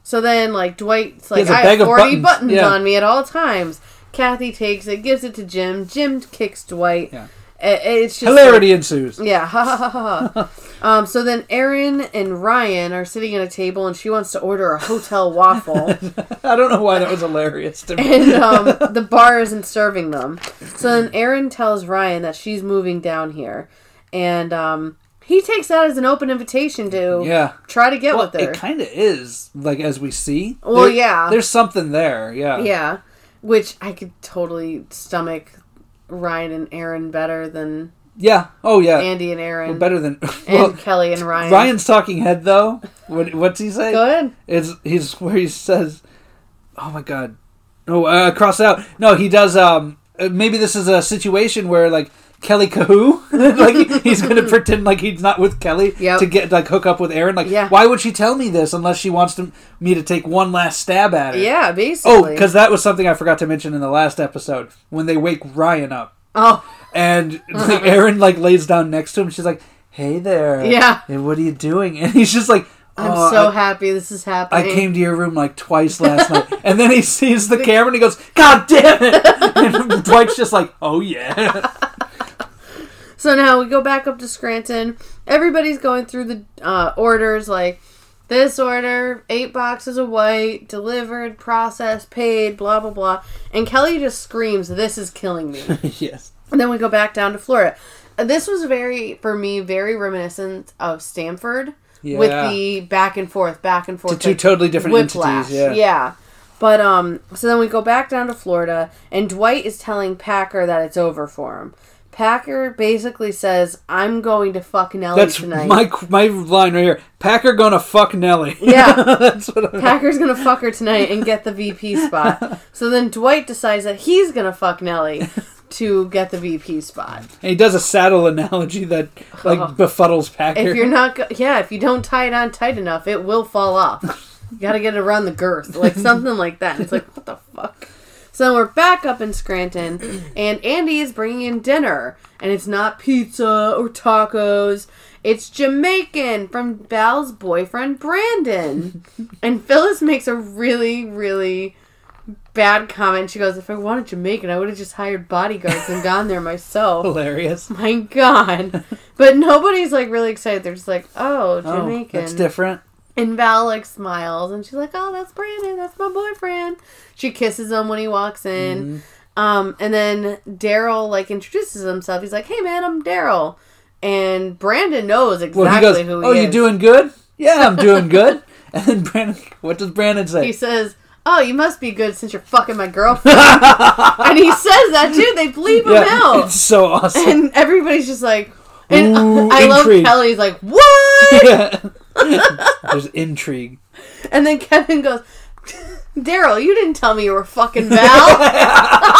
B: So then, like Dwight's like,
A: has a
B: I
A: bag
B: have
A: of
B: forty buttons,
A: buttons." Yeah.
B: on me at all times. Kathy takes it, gives it to Jim. Jim kicks Dwight.
A: Yeah.
B: I- It's just
A: Hilarity ensues.
B: like- yeah, ha ha ha
A: [laughs]
B: ha. um, so then Erin and Ryan are sitting at a table, and she wants to order a hotel
A: [laughs]
B: waffle,
A: I don't know why that was hilarious to
B: [laughs]
A: me.
B: and um, the bar isn't serving them. So then Erin tells Ryan that she's moving down here, and um, he takes that as an open invitation to
A: Yeah.
B: try to get
A: Well,
B: with her.
A: it kind of is like as we see.
B: Well, yeah.
A: There's something there. Yeah.
B: Yeah, which I could totally stomach Ryan and Aaron better than
A: Yeah. Oh yeah.
B: Andy and Aaron
A: Better than [laughs]
B: and
A: well,
B: Kelly and Ryan.
A: Ryan's talking head though. What, what's he say?
B: go ahead.
A: It's he's [laughs] where he says, "Oh my god, no, uh, cross out." No, he does. Um, uh, maybe this is a situation where like Kelly Kahoo, [laughs] like he's
B: [laughs]
A: gonna pretend like he's not with Kelly
B: Yep.
A: to get like hook up with Aaron. Like,
B: Yeah.
A: why would she tell me this unless she wants to, me to take one last stab at it?
B: Yeah, basically.
A: Oh, because that was something I forgot to mention in the last episode when they wake Ryan up
B: oh, [laughs]
A: and like, Aaron like lays down next to him. She's like, "Hey there,
B: Yeah.
A: and what are you doing?" [laughs] And he's just like.
B: I'm
A: "Oh,
B: so
A: I-
B: happy this is
A: I
B: happening.
A: came to your room like twice
B: [laughs]
A: last night. And then he sees the camera and he goes, God damn it! [laughs] And Dwight's just like, oh
B: [laughs]
A: yeah.
B: So now we go back up to Scranton. Everybody's going through the uh, orders like this order, eight boxes of white, delivered, processed, paid, blah blah blah. And Kelly just screams, "This is killing me."
A: yes.
B: And then we go back down to Florida. Uh, This was very, for me, very reminiscent of Stanford with
A: Yeah.
B: the back and forth, back and forth.
A: The two totally different
B: whiplash.
A: entities. Yeah.
B: But, um, so then we go back down to Florida, and Dwight is telling Packer that it's over for him. Packer basically says, I'm going to fuck Nelly
A: That's
B: tonight.
A: my my line right here. Packer gonna fuck Nelly.
B: [laughs] Yeah.
A: [laughs] That's what I
B: Packer's gonna fuck her tonight and get the VP
A: [laughs]
B: spot. So then Dwight decides that he's gonna fuck Nelly to get the VP spot.
A: and he does a saddle analogy that like befuddles Packer.
B: Oh. If you're not, go- yeah, if you don't tie it on tight enough, it will fall off. you gotta get it around the girth, like something like that. It's like, what the fuck? So we're back up in Scranton, and Andy is bringing in dinner, and it's not pizza or tacos. It's Jamaican from Val's boyfriend Brandon, and Phyllis makes a really, really bad comment. She goes, "If I wanted Jamaican, I would have just hired bodyguards and gone there myself."
A: [laughs] Hilarious.
B: my god. But nobody's like really excited. They're just like, oh,
A: Oh,
B: Jamaican.
A: that's different.
B: And Val like smiles and she's like, oh, that's Brandon. That's my boyfriend. She kisses him when he walks
A: Mm-hmm.
B: in. Um, and then Daryl like introduces himself. He's like, hey man, I'm Daryl. And Brandon knows exactly
A: Well, he
B: who
A: goes,
B: he
A: "Oh,
B: is.
A: you doing good? Yeah, I'm doing
B: [laughs]
A: good." And then Brandon, what does Brandon say?
B: He says, oh, you must be good since you're fucking my
A: [laughs]
B: girlfriend. and he says that too. They bleep him out.
A: it's so awesome. [laughs]
B: [laughs] and everybody's just like, and
A: Ooh,
B: I love
A: intrigue.
B: Kelly's like, what?
A: Yeah. [laughs] There's intrigue.
B: And then Kevin goes, Daryl, you didn't tell me you were fucking Val.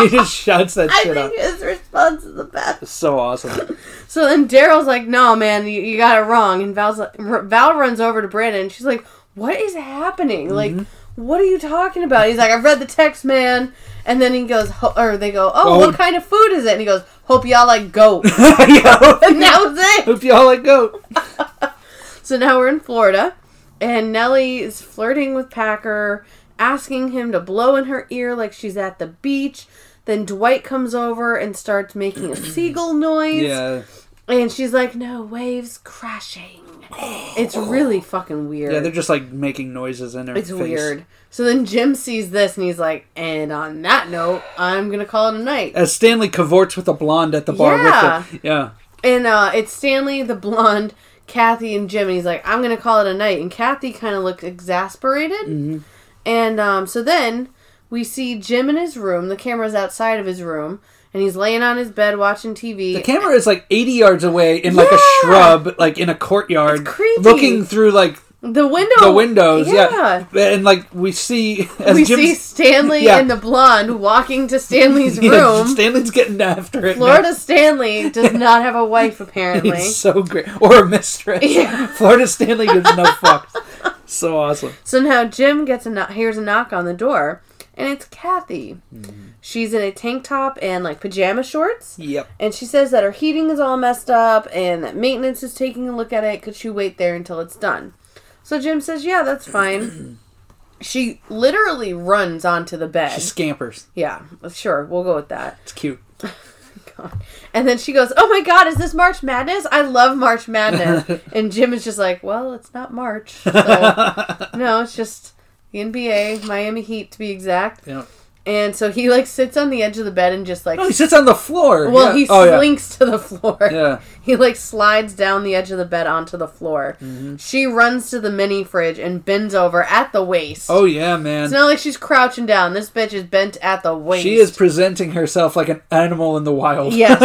A: He just shouts that
B: I
A: shit out.
B: think his response is the best.
A: So
B: [laughs]
A: awesome. [laughs]
B: So then Daryl's like, no, man, you, you got it wrong. And Val's like, R- Val runs over to Brandon and she's like, what is happening? Like, what are you talking about? He's like, I read the text, man. And then he goes, ho- or they go, oh,
A: Oh.
B: what kind of food is it? And he goes, hope y'all like goat. [laughs]
A: Yo,
B: and that was it.
A: hope y'all like goat.
B: So now we're in Florida. and Nellie is flirting with Packer, asking him to blow in her ear like she's at the beach. Then Dwight comes over and starts making
A: [clears throat]
B: a seagull noise.
A: Yeah.
B: And she's like, no, waves crashing. It's really fucking weird.
A: Oh. Yeah, they're just like making noises in their
B: it's
A: face.
B: weird. So then Jim sees this and he's like, and on that note, I'm going to call it a night.
A: As Stanley cavorts with a blonde at the bar
B: Yeah.
A: with the Yeah.
B: And uh, it's Stanley, the blonde, Kathy, and Jim. And he's like, I'm going to call it a night. And Kathy kind of looked exasperated.
A: Mm-hmm.
B: And um, so then we see Jim in his room. The camera's outside of his room. And he's laying on his bed watching TV.
A: The camera is like 80 yards away in like a
B: Yeah.
A: shrub, like in a courtyard,
B: It's creepy.
A: looking through like
B: the window.
A: the windows. Yeah. And like we
B: [laughs]
A: see as
B: We
A: Jim's,
B: see Stanley
A: Yeah.
B: and the blonde walking
A: [laughs]
B: to Stanley's
A: yeah,
B: room.
A: Stanley's getting after it. now.
B: Florida Stanley does not have a wife, apparently.
A: [laughs] He's so great. Or a mistress. [laughs]
B: Yeah.
A: Florida Stanley gives no fucks.
B: [laughs]
A: So awesome.
B: So now Jim gets a knock, hears a knock on the door, and it's Kathy. She's in a tank top and like pajama shorts,
A: Yep.
B: and she says that her heating is all messed up and that maintenance is taking a look at it. Could she wait there until it's done? So Jim says, "Yeah, that's fine." she literally runs onto the bed.
A: She scampers.
B: yeah, sure, we'll go with that. [laughs]
A: It's cute.
B: God. And then she goes, "Oh my God, is this March Madness? I love March Madness." and Jim is just like, "Well, it's not March,
A: [laughs]
B: so no, it's just the NBA, Miami Heat to be exact."
A: Yeah.
B: And so he like sits on the edge of the bed and just like,
A: Oh, he sits on the floor.
B: well,
A: yeah.
B: he
A: oh, yeah.
B: slinks to the floor.
A: Yeah.
B: [laughs] He like slides down the edge of the bed onto the floor.
A: Mm-hmm.
B: She runs to the mini fridge and bends over at the waist.
A: Oh yeah, man.
B: It's not like she's crouching down. This bitch is bent at the waist.
A: She is presenting herself like an animal in the wild. [laughs]
B: Yes.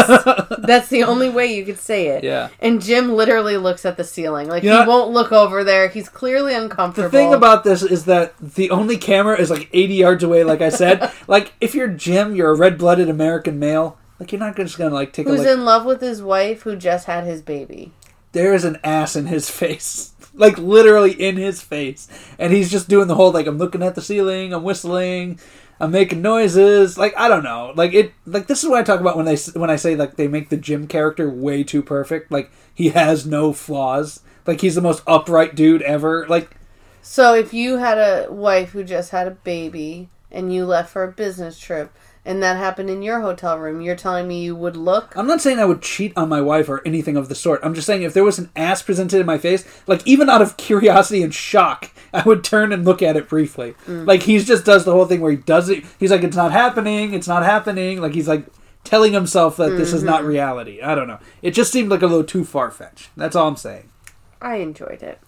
B: [laughs] That's the only way you could say it.
A: Yeah.
B: And Jim literally looks at the ceiling. Like,
A: Yeah.
B: he won't look over there. He's clearly uncomfortable.
A: The thing about this is that the only camera is like 80 yards away, like I
B: [laughs]
A: said. like, if you're Jim, you're a red blooded American male. Like, you're not just gonna, like, take
B: Who's
A: a look.
B: in love with his wife who just had his baby.
A: there is an ass in his [laughs] face. Like, literally in his face. And he's just doing the whole, like, I'm looking at the ceiling, I'm whistling, I'm making noises. Like, I don't know. Like, it, like, this is what I talk about when they, s- when I say, like, they make the Jim character way too perfect. Like, he has no flaws. Like, he's the most upright dude ever. Like,
B: So if you had a wife who just had a baby and you left for a business trip and that happened in your hotel room, you're telling me you would look?
A: I'm not saying I would cheat on my wife or anything of the sort. I'm just saying if there was an ass presented in my face, like even out of curiosity and shock, I would turn and look at it briefly.
B: Mm.
A: Like he's just does the whole thing where he does it. He's like, it's not happening. It's not happening. Like he's like telling himself that this is
B: Mm-hmm.
A: not reality. I don't know. It just seemed like a little too far fetched. That's all I'm saying. [laughs]
B: I enjoyed it.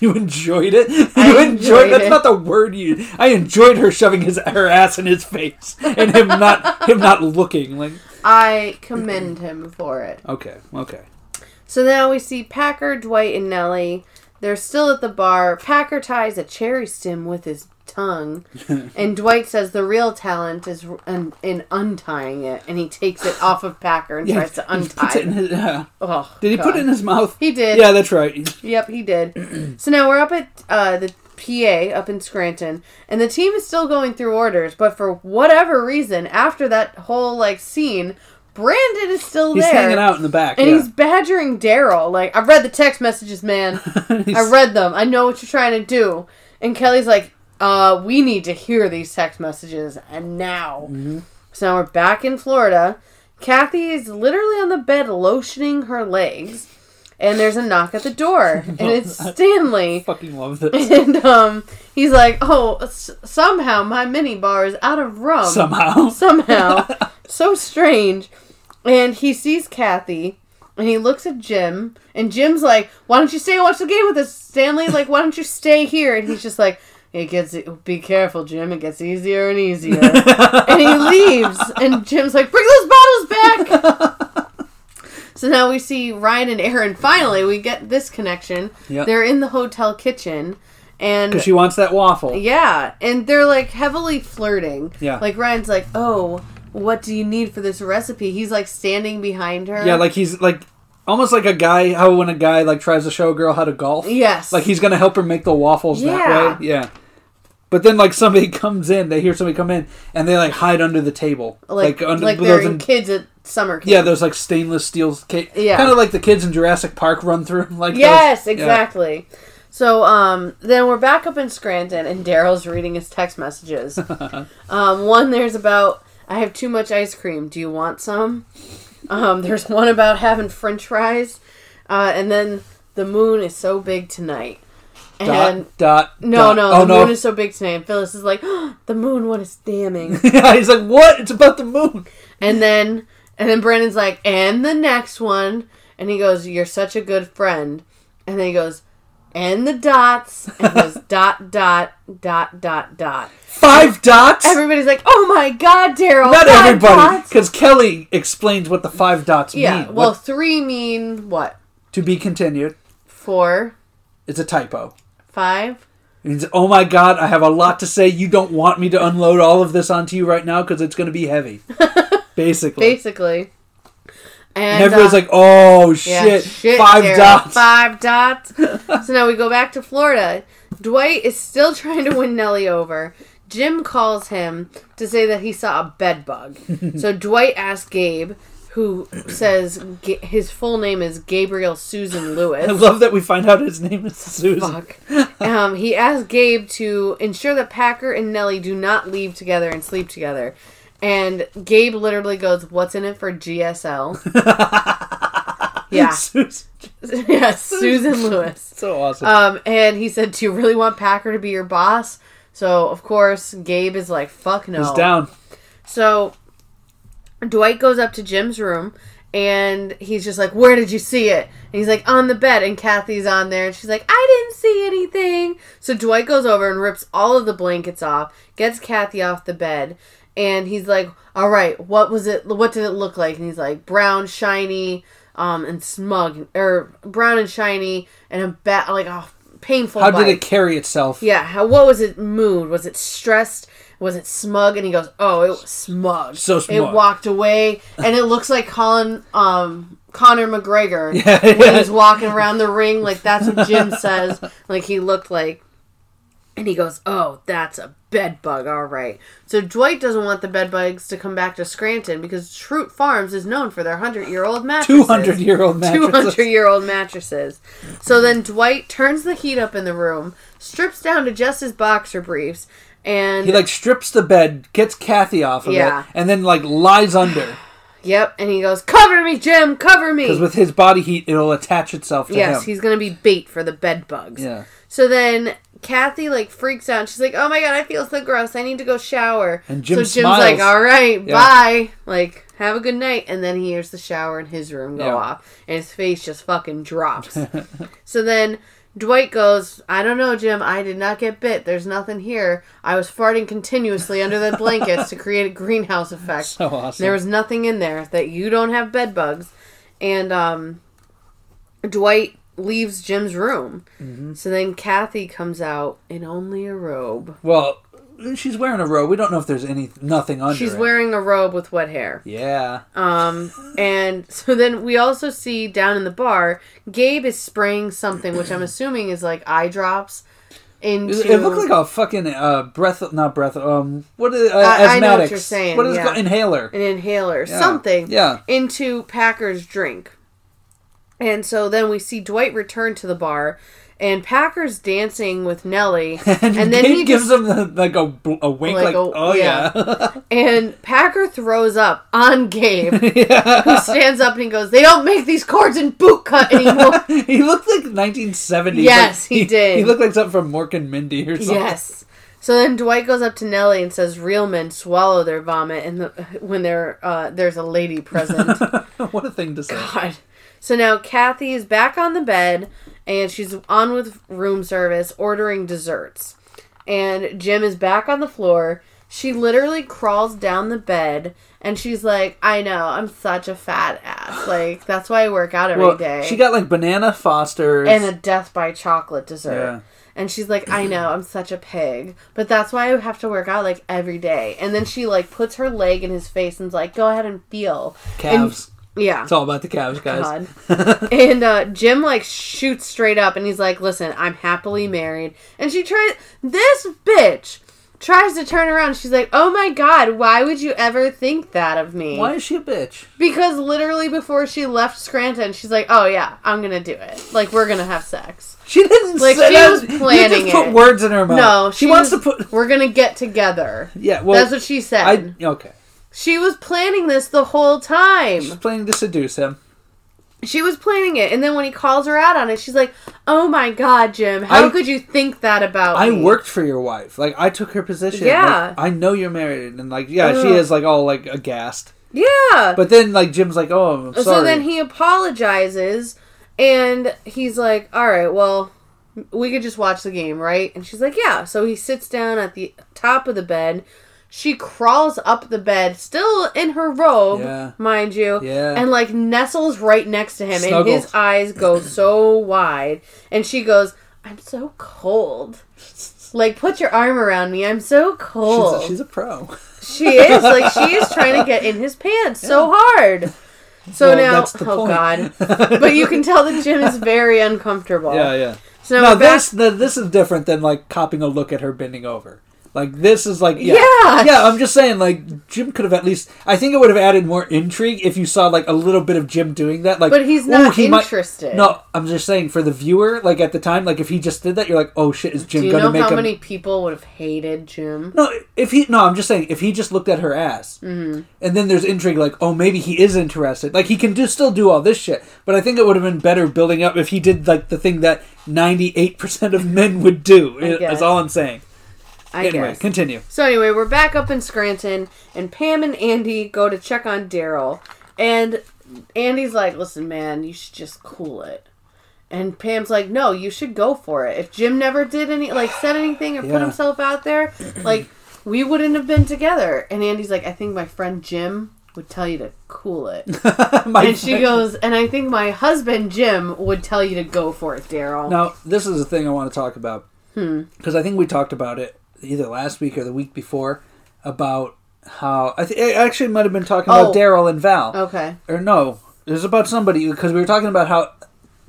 A: You enjoyed it. You
B: [laughs] I
A: enjoyed.
B: enjoyed
A: that's
B: it.
A: not the word you. I enjoyed her shoving his her ass in his face and him not him not looking. Like
B: I commend him for it.
A: okay, okay.
B: So now we see Packer, Dwight, and Nellie. They're still at the bar. Packer ties a cherry stem with his
A: [laughs]
B: tongue, and Dwight says the real talent is in, in untying it, and he takes it off of Packer and tries to
A: [laughs] he puts
B: untie
A: it
B: it.
A: in his- yeah.
B: Oh,
A: Did he put
B: God.
A: it in his mouth?
B: He did.
A: Yeah, that's right.
B: Yep,
A: [clears throat]
B: he did. so now we're up at uh, the PA up in Scranton, and the team is still going through orders, but for whatever reason, after that whole like scene, Brandon is still
A: He's
B: there.
A: hanging out in the back.
B: And
A: yeah.
B: he's badgering Daryl. Like, I read the text messages, man. I
A: [laughs] He's-
B: read them. I know what you're trying to do. And Kelly's like, uh, we need to hear these text messages and now. So now we're back in Florida. Kathy is literally on the bed lotioning her legs, and there's a knock at the door, and it's Stanley.
A: fucking love
B: [laughs]
A: this.
B: And um, he's like, "Oh, s- somehow my mini bar is out of
A: [laughs]
B: rum."
A: Somehow. [laughs]
B: somehow. [laughs] so strange. And he sees Kathy and he looks at Jim and Jim's like, Why don't you stay and watch the game with us? Stanley's like, Why don't you stay here? And he's just like, It gets be careful, Jim, it gets easier and
A: [laughs]
B: easier. and he leaves and Jim's like, Bring those bottles back
A: [laughs]
B: So now we see Ryan and Aaron finally we get this connection.
A: Yep.
B: They're in the hotel kitchen and
A: Because she wants that waffle.
B: yeah, and they're like heavily flirting.
A: Yeah.
B: Like Ryan's like, "Oh, what do you need for this recipe?" He's like standing behind her.
A: Yeah, like he's like almost like a guy how when a guy like tries to show a girl how to golf.
B: yes,
A: Like he's gonna help her make the waffles
B: Yeah.
A: that way. Yeah. But then like somebody [laughs] comes in, they hear somebody come in and they like hide under the table.
B: like like,
A: under
B: they're
A: those in-
B: kids at summer camp.
A: yeah, those like stainless steel, ca-
B: Yeah.
A: kind of like the kids in Jurassic Park run through. Like those-
B: Yes,
A: yeah.
B: exactly. So um, then we're back up in Scranton, and Daryl's reading his
A: [laughs]
B: text messages. um, one there's about I have too much ice cream. Do you want some? Um, there's one about having French fries, uh, and then the moon is so big tonight.
A: Dot,
B: And
A: dot,
B: no,
A: dot.
B: no,
A: Oh,
B: the
A: no.
B: moon is so big tonight. And Phyllis is like, the moon, what is
A: [laughs]
B: damning?
A: yeah, he's like, what? It's about the moon.
B: And then and then Brandon's like, and the next one. And he goes, You're such a good friend. And then he goes, and the dots. And he
A: [laughs]
B: goes, dot, dot, dot, dot, dot.
A: Five dots?
B: Everybody's like, Oh my god, Daryl.
A: Not
B: five
A: everybody,
B: dots."
A: because Kelly explains what the five dots
B: Yeah.
A: mean.
B: Well,
A: What-
B: three mean what?
A: to be continued.
B: Four,
A: It's a typo.
B: five.
A: It means, oh my god, I have a lot to say. You don't want me to unload all of this onto you right now because it's going to be
B: [laughs]
A: heavy. Basically.
B: Basically.
A: and
B: And,
A: everyone's
B: uh,
A: like, oh
B: yeah,
A: shit, five
B: Daryl,
A: dots.
B: Five dots. so now we go back to Florida. Dwight is still trying to win Nellie over. Jim calls him to say that he saw a bed
A: [laughs]
B: bug. so Dwight asks Gabe, who says Ga- his full name is Gabriel
A: [laughs]
B: Susan Lewis.
A: [laughs] I love that we find out his name is Susan.
B: Fuck. Um, he asked Gabe to ensure that Packer and Nellie do not leave together and sleep together. And Gabe literally goes, What's in it for
A: [laughs]
B: GSL? yeah.
A: Susan.
B: [laughs] yeah, Susan Lewis.
A: So awesome.
B: Um, and he said, Do you really want Packer to be your boss? So, of course, Gabe is like, Fuck no.
A: He's down.
B: So Dwight goes up to Jim's room and he's just like, Where did you see it? And he's like, On the bed. And Kathy's on there and she's like, I didn't see anything. So Dwight goes over and rips all of the blankets off, gets Kathy off the bed. And he's like, All right, what was it? What did it look like? And he's like, Brown, shiny, um, and smug, or brown and shiny, and a bat, like a painful.
A: How
B: bite.
A: did it carry itself?
B: Yeah, how, what was it mood? Was it stressed? Was it smug? And he goes, "Oh, it was smug."
A: So smug.
B: It walked away, and it looks like Colin, um, Connor
A: [laughs]
B: McGregor
A: Yeah,
B: when
A: yeah.
B: he's walking around the ring. Like that's what Jim says. Like he looked like, and he goes, "Oh, that's a bed bug, all right." So Dwight doesn't want the bed bugs to come back to Scranton because Trout Farms is known for their hundred-year-old mattresses.
A: 200 year old mattress.
B: 200 year old mattresses. So then Dwight turns the heat up in the room, strips down to just his boxer briefs, and
A: He like strips the bed, gets Kathy off of
B: Yeah.
A: it, and then like lies under
B: yep, and he goes, "Cover me, Jim, cover me."
A: because with his body heat, it'll attach itself to
B: yes,
A: him.
B: he's going to be bait for the bed bugs.
A: yeah,
B: So then Kathy like freaks out. She's like, "Oh my god, I feel so gross. I need to go shower."
A: And Jim
B: so Jim's
A: smiles.
B: like, "All right,
A: Yeah.
B: bye. Like, have a good night." And then he hears the shower in his room go
A: Yeah.
B: off, and his face just fucking
A: [laughs]
B: drops. so then Dwight goes, "I don't know, Jim. I did not get bit. There's nothing here. I was farting continuously under the blankets to create a greenhouse
A: [laughs]
B: effect.
A: so awesome.
B: There was nothing in there that you don't have bed bugs. And um, Dwight leaves Jim's room.
A: Mm-hmm.
B: So then Kathy comes out in only a robe.
A: well, she's wearing a robe. We don't know if there's any nothing under.
B: She's
A: it.
B: wearing a robe with wet hair.
A: Yeah,
B: Um, and [laughs] so then we also see down in the bar, Gabe is spraying something, which I'm assuming is like eye drops. Into
A: it, it looked like a fucking uh, breath, not breath. Um, what is uh,
B: I- I know what
A: asthmatics?
B: you're saying,
A: What is
B: yeah.
A: it called? Inhaler.
B: an inhaler,
A: Yeah.
B: something.
A: Yeah.
B: into Packer's drink. And so then we see Dwight return to the bar, and Packer's dancing with Nellie,
A: [laughs] And,
B: and then
A: Gabe
B: he
A: gives
B: just,
A: him the, like a, bl- a wink,
B: Like
A: like,
B: a-
A: oh
B: yeah.
A: yeah,
B: and Packer throws up on Gabe,
A: [laughs] yeah.
B: who stands up and he goes, "They don't make these cords in boot
A: [laughs]
B: cut anymore." [laughs]
A: he looked like 1970.
B: Yes,
A: Like,
B: he did.
A: He looked like something from Mork and Mindy or something.
B: yes. So then Dwight goes up to Nellie and says, "Real men swallow their vomit, and the, when they uh, there's a
A: [laughs]
B: lady present."
A: what a thing to say.
B: God. So now Kathy is back on the bed and she's on with room service ordering desserts. And Jim is back on the floor. She literally crawls down the bed and she's like, I know, I'm such a fat ass. Like, that's why I work out every
A: Well,
B: day."
A: she got like banana Foster's.
B: and a death by chocolate dessert.
A: Yeah.
B: And she's like, I know, I'm such a pig, but that's why I have to work out like every day. And then she like puts her leg in his face and's like, go ahead and feel.
A: calves.
B: And, yeah.
A: it's all about the calves, guys.
B: Oh, God. and uh, Jim like shoots straight up and he's like, "Listen, I'm happily married." And she tries this bitch tries to turn around. She's like, "Oh my god, why would you ever think that of
A: [laughs]
B: me?"
A: Why is she a bitch?
B: Because literally before she left Scranton, she's like, "Oh yeah, I'm gonna do it. Like we're gonna have sex.
A: She didn't
B: Like,
A: say
B: she
A: that.
B: was planning
A: you just
B: it.
A: put words in her mouth.
B: No,
A: she, wants to
B: was-
A: put.
B: [laughs] We're gonna get together.
A: Yeah, well,
B: That's what she said.
A: I okay.
B: she was planning this the whole
A: She's
B: time.
A: planning to seduce him.
B: She was planning it, and then when he calls her out on it, she's like, "Oh my god, Jim, how
A: I-
B: could you think that about
A: I
B: me?"
A: worked for your wife. Like I took her position.
B: Yeah.
A: Like, I know you're married, and like yeah,
B: Ugh.
A: she is like all like aghast.
B: Yeah.
A: But then like Jim's like, oh, I'm sorry.
B: So then he apologizes and he's like, "All right, well, we could just watch the game, right?" And she's like, "Yeah." So he sits down at the top of the bed. She crawls up the bed, still in her robe,
A: Yeah.
B: mind you,
A: Yeah.
B: and like nestles right next to him, and
A: Snuggles.
B: his
A: [clears throat]
B: eyes go so wide. And she goes, "I'm so
A: [laughs]
B: cold." Like, put your arm around me. I'm so cold.
A: she's a, she's a pro. [laughs]
B: She is like she is trying to get in his pants so hard. So
A: Well,
B: now,
A: that's the
B: oh
A: point. [laughs]
B: god! But you can tell that Jim is very uncomfortable.
A: yeah, yeah.
B: So now
A: No,
B: we're back-
A: this the, this is different than like copping a look at her bending over. Like this is like yeah,
B: Yeah.
A: yeah. I'm just saying like Jim could have at least. I think it would have added more intrigue if you saw like a little bit of Jim doing that. Like,
B: But he's
A: "Ooh,
B: not
A: he might-"
B: interested.
A: No, I'm just saying for the viewer. Like at the time, like if he just did that, you're like, oh shit, is Jim
B: Do you
A: gonna
B: know
A: make
B: how
A: a
B: many people would have hated Jim?
A: No, if he no, I'm just saying if he just looked at her ass,
B: Mm-hmm.
A: and then there's intrigue like, oh, maybe he is interested. Like he can do still do all this shit, but I think it would have been better building up if he did like the thing that 98 percent of men would do.
B: I guess.
A: That's all I'm saying.
B: I
A: anyway,
B: guess.
A: continue. [laughs]
B: So anyway, we're back up in Scranton, and Pam and Andy go to check on Daryl, and Andy's like, "Listen, man, you should just cool it." And Pam's like, "No, you should go for it. If Jim never did any, like, said anything or
A: Yeah.
B: put himself out there, like, we wouldn't have been together." And Andy's like, "I think my friend Jim would tell you to cool it."
A: [laughs] My
B: and she goes, "And I think my husband Jim would tell you to go for it, Daryl."
A: Now, this is a thing I want to talk about
B: Hmm.
A: because I think we talked about it either last week or the week before about how I, th- I actually might have been talking
B: Oh.
A: about Daryl and Val.
B: Okay.
A: or no, it was about somebody because we were talking about how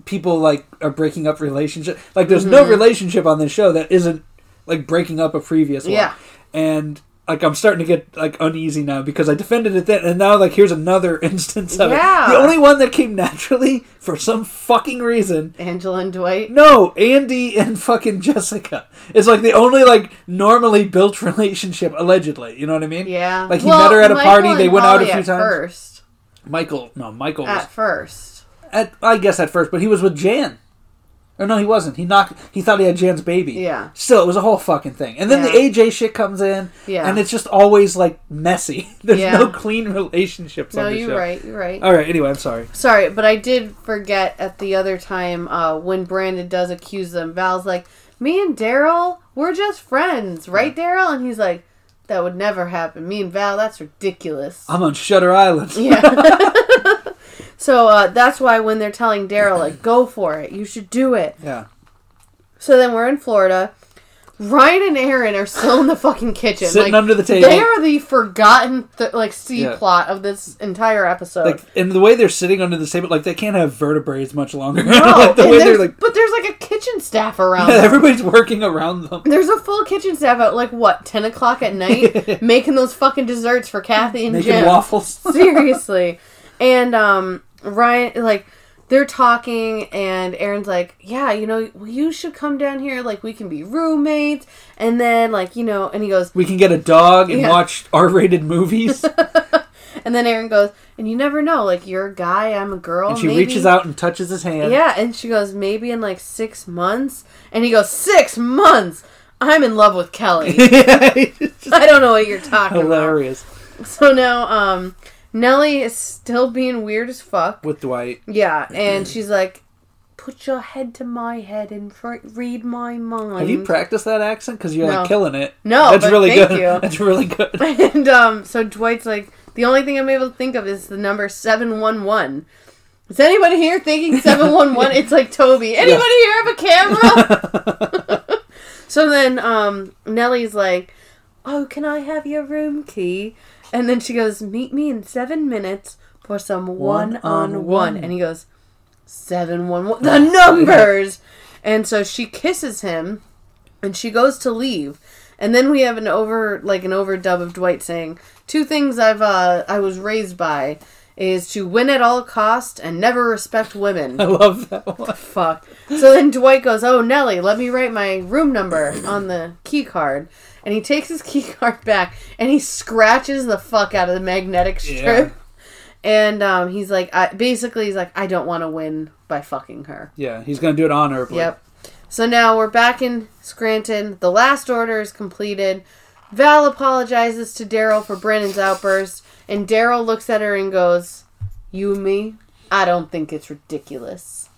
A: people like are breaking up relationship. Like, there's
B: Mm-hmm.
A: no relationship on this show that isn't like breaking up a previous one.
B: Yeah.
A: and like I'm starting to get like uneasy now because I defended it then, and now like here's another [laughs] instance of
B: Yeah.
A: it. The only one that came naturally for some fucking reason.
B: Angela and Dwight.
A: No, Andy and fucking Jessica. It's like the only like normally built [laughs] relationship allegedly. You know what I mean?
B: Yeah.
A: Like he
B: Well,
A: met her at a
B: Michael
A: party. They
B: and
A: went out a
B: Holly
A: few
B: at
A: times.
B: First. Uh,
A: Michael, no, Michael was
B: at first.
A: at I guess at first, but he was with Jan. Or no, he wasn't. He knocked. He thought he had Jan's baby.
B: Yeah.
A: Still, it was a whole fucking thing. And then
B: Yeah.
A: the AJ shit comes in.
B: Yeah.
A: And it's just always like messy. [laughs] There's
B: Yeah.
A: no clean relationships.
B: No,
A: on the
B: you're
A: show.
B: right. You're right.
A: All right. Anyway, I'm sorry.
B: Sorry, but I did forget at the other time uh, when Brandon does accuse them. Val's like, "Me and Daryl, we're just friends, right, Daryl?" And he's like, "That would never happen. Me and Val,
A: [laughs]
B: that's ridiculous." [laughs]
A: I'm on Shutter Island.
B: yeah. so uh, that's why when they're telling Daryl, like, "Go for it. You should do it."
A: Yeah.
B: So then we're in Florida. Ryan and Aaron are still in the fucking kitchen,
A: Sitting
B: like,
A: under the table.
B: They are the forgotten th- like C
A: Yeah.
B: plot of this entire episode.
A: Like, and the way they're sitting under the table, like they can't have vertebrae much longer. [laughs]
B: No,
A: like the
B: and
A: way they're
B: there's-
A: like, [laughs]
B: but there's like a kitchen staff around. them.
A: everybody's working around them.
B: There's a full kitchen staff at like what ten o'clock
A: [laughs]
B: at night making those fucking desserts for Kathy and
A: Making
B: Jim.
A: waffles.
B: [laughs]
A: [laughs]
B: Seriously, and um, Ryan like they're talking, and Aaron's like, "Yeah, you know, well, you should come down here. Like, we can be roommates." And then like you know, and he goes,
A: we can get a dog and
B: Yeah.
A: watch R-rated
B: [laughs]
A: movies.
B: and then Aaron goes, and you never know. Like, you're a guy, I'm a girl.
A: and she
B: Oh, maybe-
A: reaches out and touches his hand.
B: Yeah, and she goes, maybe in like six months. And he goes, six months. I'm in love
A: [laughs]
B: with Kelly.
A: [laughs]
B: [laughs]
A: It's just
B: I don't know what you're talking
A: hilarious.
B: about. So now, um, Nellie is still being weird as fuck.
A: With Dwight.
B: Yeah, and she's like, put your head to my head and fr- read my mind.
A: Have you practiced that accent? Because you're
B: Mm-hmm. No.
A: like killing it.
B: No,
A: that's
B: but
A: really
B: thank
A: good.
B: you.
A: [laughs] That's really good.
B: and um, so Dwight's like, the only thing I'm able to think of is the number 711. Is anybody
A: [laughs]
B: here thinking 711? It's like Toby. Anybody here have a camera? So then um, Nellie's like, Oh, can I have your room key? And then she goes, Meet me in seven minutes for some one on one.
A: One-on-one.
B: And he goes, Seven one one. The numbers! And so she kisses him and she goes to leave. And then we have an over like an overdub of Dwight saying, two things I've uh I was raised by is to win at all cost and never respect women.
A: I love that one.
B: Fuck. So then Dwight goes, "Oh Nellie, let me write my room number on the key card." And he takes his [laughs] key card back and he scratches the fuck out of the magnetic strip. And um, he's like, I, basically, he's like, I don't want to win by fucking her.
A: Yeah, he's gonna do it honorably.
B: Yep. So now we're back in Scranton. The last order is completed. Val apologizes to Daryl for Brennan's outburst, and Daryl looks at her and goes, "You and me? I don't think it's ridiculous."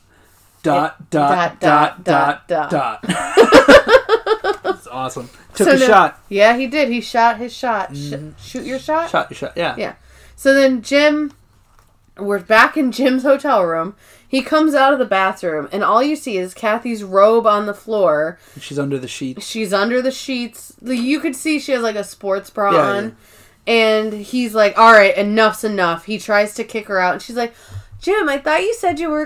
A: Dot dot
B: Dot,
A: dot
B: dot,
A: dot dot.
B: [laughs]
A: That's awesome. Took
B: So
A: a
B: now-
A: shot.
B: Yeah, he did. He shot his shot. Sh- shoot your shot.
A: Shot shot. Yeah.
B: Yeah. So then Jim, we're back in Jim's hotel room. He comes out of the bathroom, and all you see is Kathy's robe on the floor.
A: She's under the sheets.
B: She's under the sheets. Like, You could see she has like a sports bra
A: Yeah,
B: on. And he's like, all right, enough's enough. He tries to kick her out, and she's like, Jim, I thought you said you were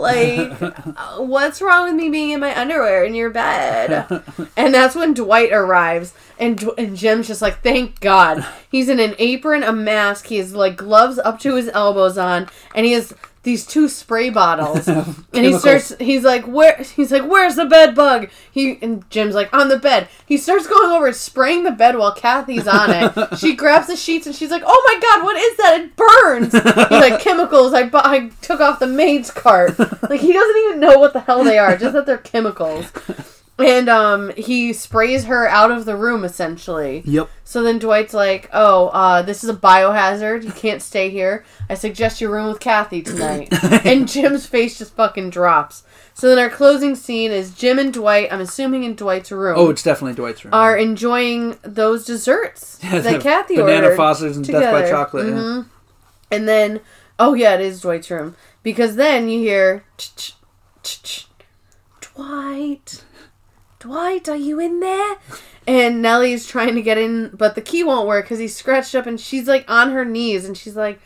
A: [laughs]
B: Like, uh, what's wrong with me being in my underwear in your bed?
A: [laughs]
B: and that's when Dwight arrives, and, Dw- and Jim's just like, thank God. He's in an apron, a mask, he has like gloves up to his elbows on, and he has these two spray
A: [laughs]
B: bottles. and he
A: Chemicals.
B: starts, he's like, where? He's like, where's the bed bug? He and Jim's like, on the bed. He starts going over and spraying the bed while Kathy's on it. she grabs the sheets and she's like, oh my God, what is that? It burns. he's like, chemicals. I, bu- I took off the maid's cart. Like he doesn't even know what the hell they are. Just that they're chemicals. And um, he sprays her out of the room essentially.
A: Yep.
B: So then Dwight's like, "Oh, uh, this is a biohazard. You can't stay here. I suggest your room with Kathy tonight."
A: [laughs]
B: and Jim's face just fucking drops. So then our closing scene is Jim and Dwight. I'm assuming in Dwight's room.
A: Oh, it's definitely Dwight's room. [laughs]
B: are enjoying those desserts that Kathy
A: Banana
B: ordered.
A: Fosters and Death by
B: together. Mm-hmm.
A: Chocolate. yeah.
B: And then, oh yeah, it is Dwight's room because then you hear, "Ch-ch, ch-ch, Dwight, Dwight, are you in there? And Nellie's trying to get in, but the key won't work because he's scratched up, and she's like on her knees, and she's like,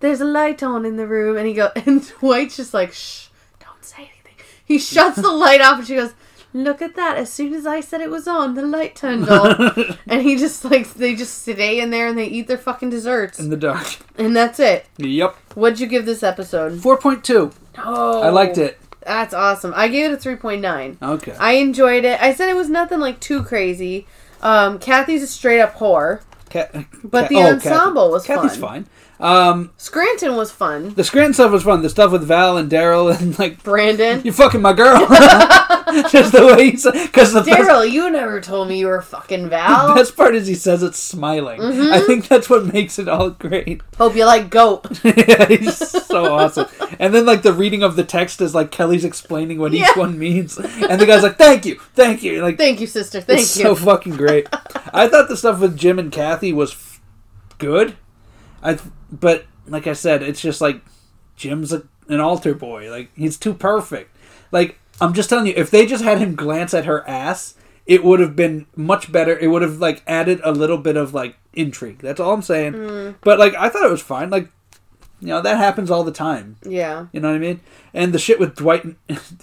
B: "There's a light on in the room," and he go, and [laughs] Dwight's just like, "Shh, don't say anything." He shuts the light off, and she goes. Look at that! As soon as I said it was on, the light turned on, and he just like they just stay in there and they eat their fucking
A: [laughs]
B: desserts.
A: In the dark.
B: And that's it.
A: Yep.
B: What'd you give this episode?
A: Four point two.
B: Oh,
A: I liked it.
B: That's awesome. I gave it a 3.9.
A: Okay.
B: I enjoyed it. I said it was nothing like too crazy. Um, Kathy's a straight up whore.
A: Ca-
B: But
A: Ca-
B: the
A: oh,
B: ensemble was
A: Kathy's
B: fun.
A: fine. Um,
B: Scranton was fun.
A: the Scranton stuff was fun. The stuff with Val and Daryl and like
B: Brandon.
A: [laughs] you fucking my girl. Just the way he said because the best,
B: [laughs]
A: [laughs]
B: Daryl, you never told me you were fucking Val. Mm-hmm.
A: best part is he says it smiling. I think that's what makes it all great.
B: Hope you like goat.
A: [laughs] yeah, he's so awesome. And then like the reading of the text is like Kelly's explaining what
B: Yeah.
A: each one means, and the guy's like, "Thank you, thank you," like
B: Thank you, sister. [laughs] Thank
A: it's
B: you.
A: so fucking great. I thought the stuff with Jim and Kathy was f- good. I th- but like I said, it's just like Jim's a, an altar boy. Like he's too perfect. Like I'm just telling you, if they just had him glance at her ass, it would have been much better. It would have like added a little bit of like intrigue. That's all I'm saying.
B: Mm.
A: But like I thought it was fine. Like you know that happens all the time.
B: yeah.
A: You know what I mean? And [laughs] the shit with Dwight.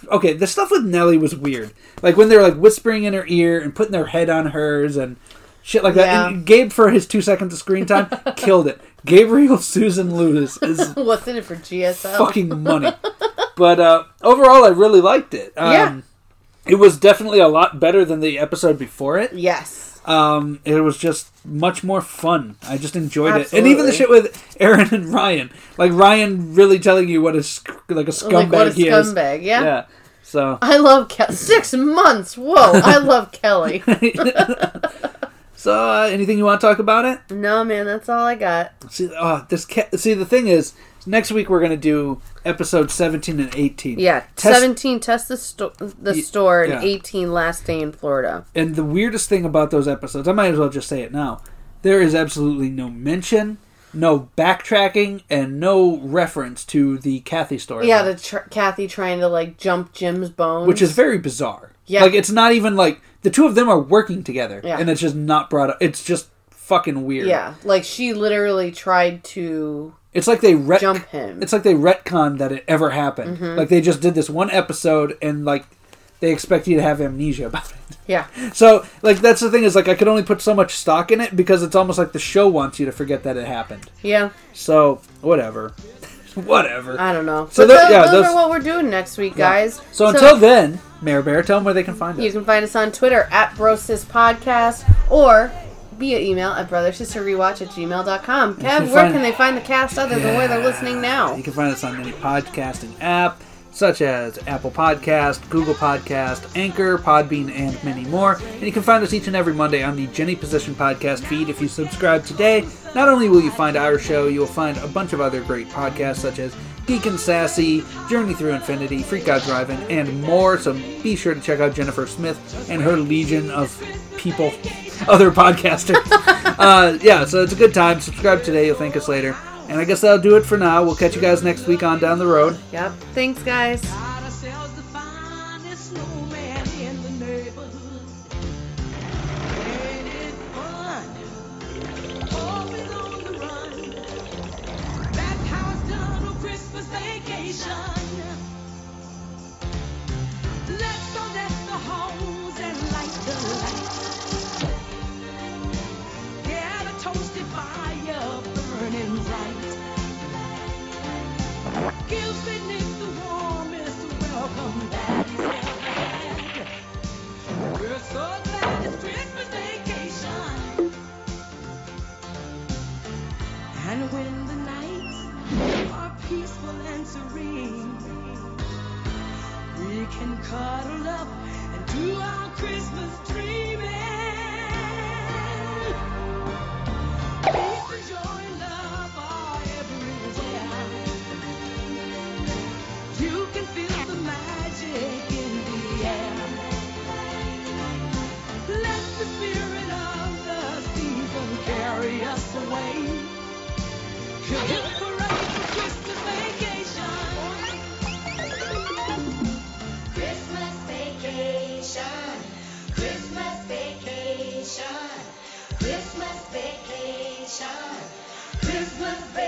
A: okay, the stuff with Nelly was weird. Like when they were like whispering in her ear and putting their head on hers and shit like that. And Gabe for his two seconds of screen time killed it. Gabriel [laughs] Susan Lewis
B: [laughs]
A: is
B: What's in it for GSL?
A: fucking money. But uh, overall, I really liked it. Um,
B: Yeah.
A: It was definitely a lot better than the episode before it.
B: Yes.
A: Um, it was just much more fun. I just enjoyed it, and
B: Absolutely.
A: even the shit with Aaron and Ryan, like Ryan really telling you what a sc- like a scumbag
B: like, what a
A: he is.
B: scumbag. Yeah.
A: Yeah. So [laughs]
B: I love Kelly. Six months. Whoa. I love Kelly.
A: so uh, anything you want to talk about it?
B: no, man. That's all I got.
A: See, oh, this ca- see the thing is next week we're gonna do episode seventeen and eighteen.
B: Yeah,
A: Test-
B: seventeen test the sto- the
A: Ye-
B: store and
A: yeah.
B: eighteen last day in Florida.
A: And the weirdest thing about those episodes, I might as well just say it now. There is absolutely no mention, no backtracking, and no reference to the Kathy story.
B: Yeah, the tr- Kathy trying to like jump Jim's bones,
A: which is very bizarre.
B: Yeah.
A: Like it's not even like the two of them are working together,
B: Yeah.
A: and it's just not brought up. It's just fucking weird.
B: yeah, like she literally tried to
A: It's like they ret-
B: jump him. Mm-hmm.
A: It's like they retcon that it ever happened. Like they just did this one episode and like they expect you to have amnesia about it. [laughs]
B: Yeah.
A: So, like, that's the thing is, like, I could only put so much stock in it because it's almost like the show wants you to forget that it happened.
B: Yeah.
A: So, whatever. [laughs] whatever.
B: I don't know.
A: So
B: So
A: tho- yeah,
B: those,
A: those-
B: are what we're doing next week, Uh, guys.
A: so, until then, Mayor Bear, tell them where they can find
B: you
A: us.
B: can find us on Twitter at Brosis Podcast or via email at brothersisterrewatch at gmail.com.
A: can
B: Kev, where
A: find-
B: can they find the cast other than where they're listening
A: You
B: now?
A: can find us on any podcasting app, such as Apple Podcast, Google Podcast, Anchor, Podbean, and many more. And you can find us each and every Monday on the Jenny Position Podcast feed. If you subscribe today, not only will you find our show, you will find a bunch of other great podcasts, such as Geek and Sassy, Journey Through Infinity, Freak Out Driving, and more. So be sure to check out Jennifer Smith and her legion of people, [laughs] other podcasters. uh, yeah, so it's a good time. Subscribe today. You'll thank us later. And I guess that'll do it for now. We'll catch you guys next week on Down the Road.
B: Yep. Thanks, guys.
C: Got ourselves the finest snowman in the neighborhood. Ain't it fun? Always on the run. That's how it's done on Christmas vacation. Let's go nest the homes and light the lights. Get a toasted fire burning bright. Gilson is the warmest welcome that he's ever had. We're so glad it's Christmas vacation. And when the nights are peaceful and serene, we can cuddle up and do our Christmas dreaming. Peace and joy and love are everywhere. You can feel the magic in the air. Let the spirit of the season carry us away. Commemorate the Christmas vacation.
D: Christmas vacation. Christmas vacation. Christmas vacation. Christmas vacation.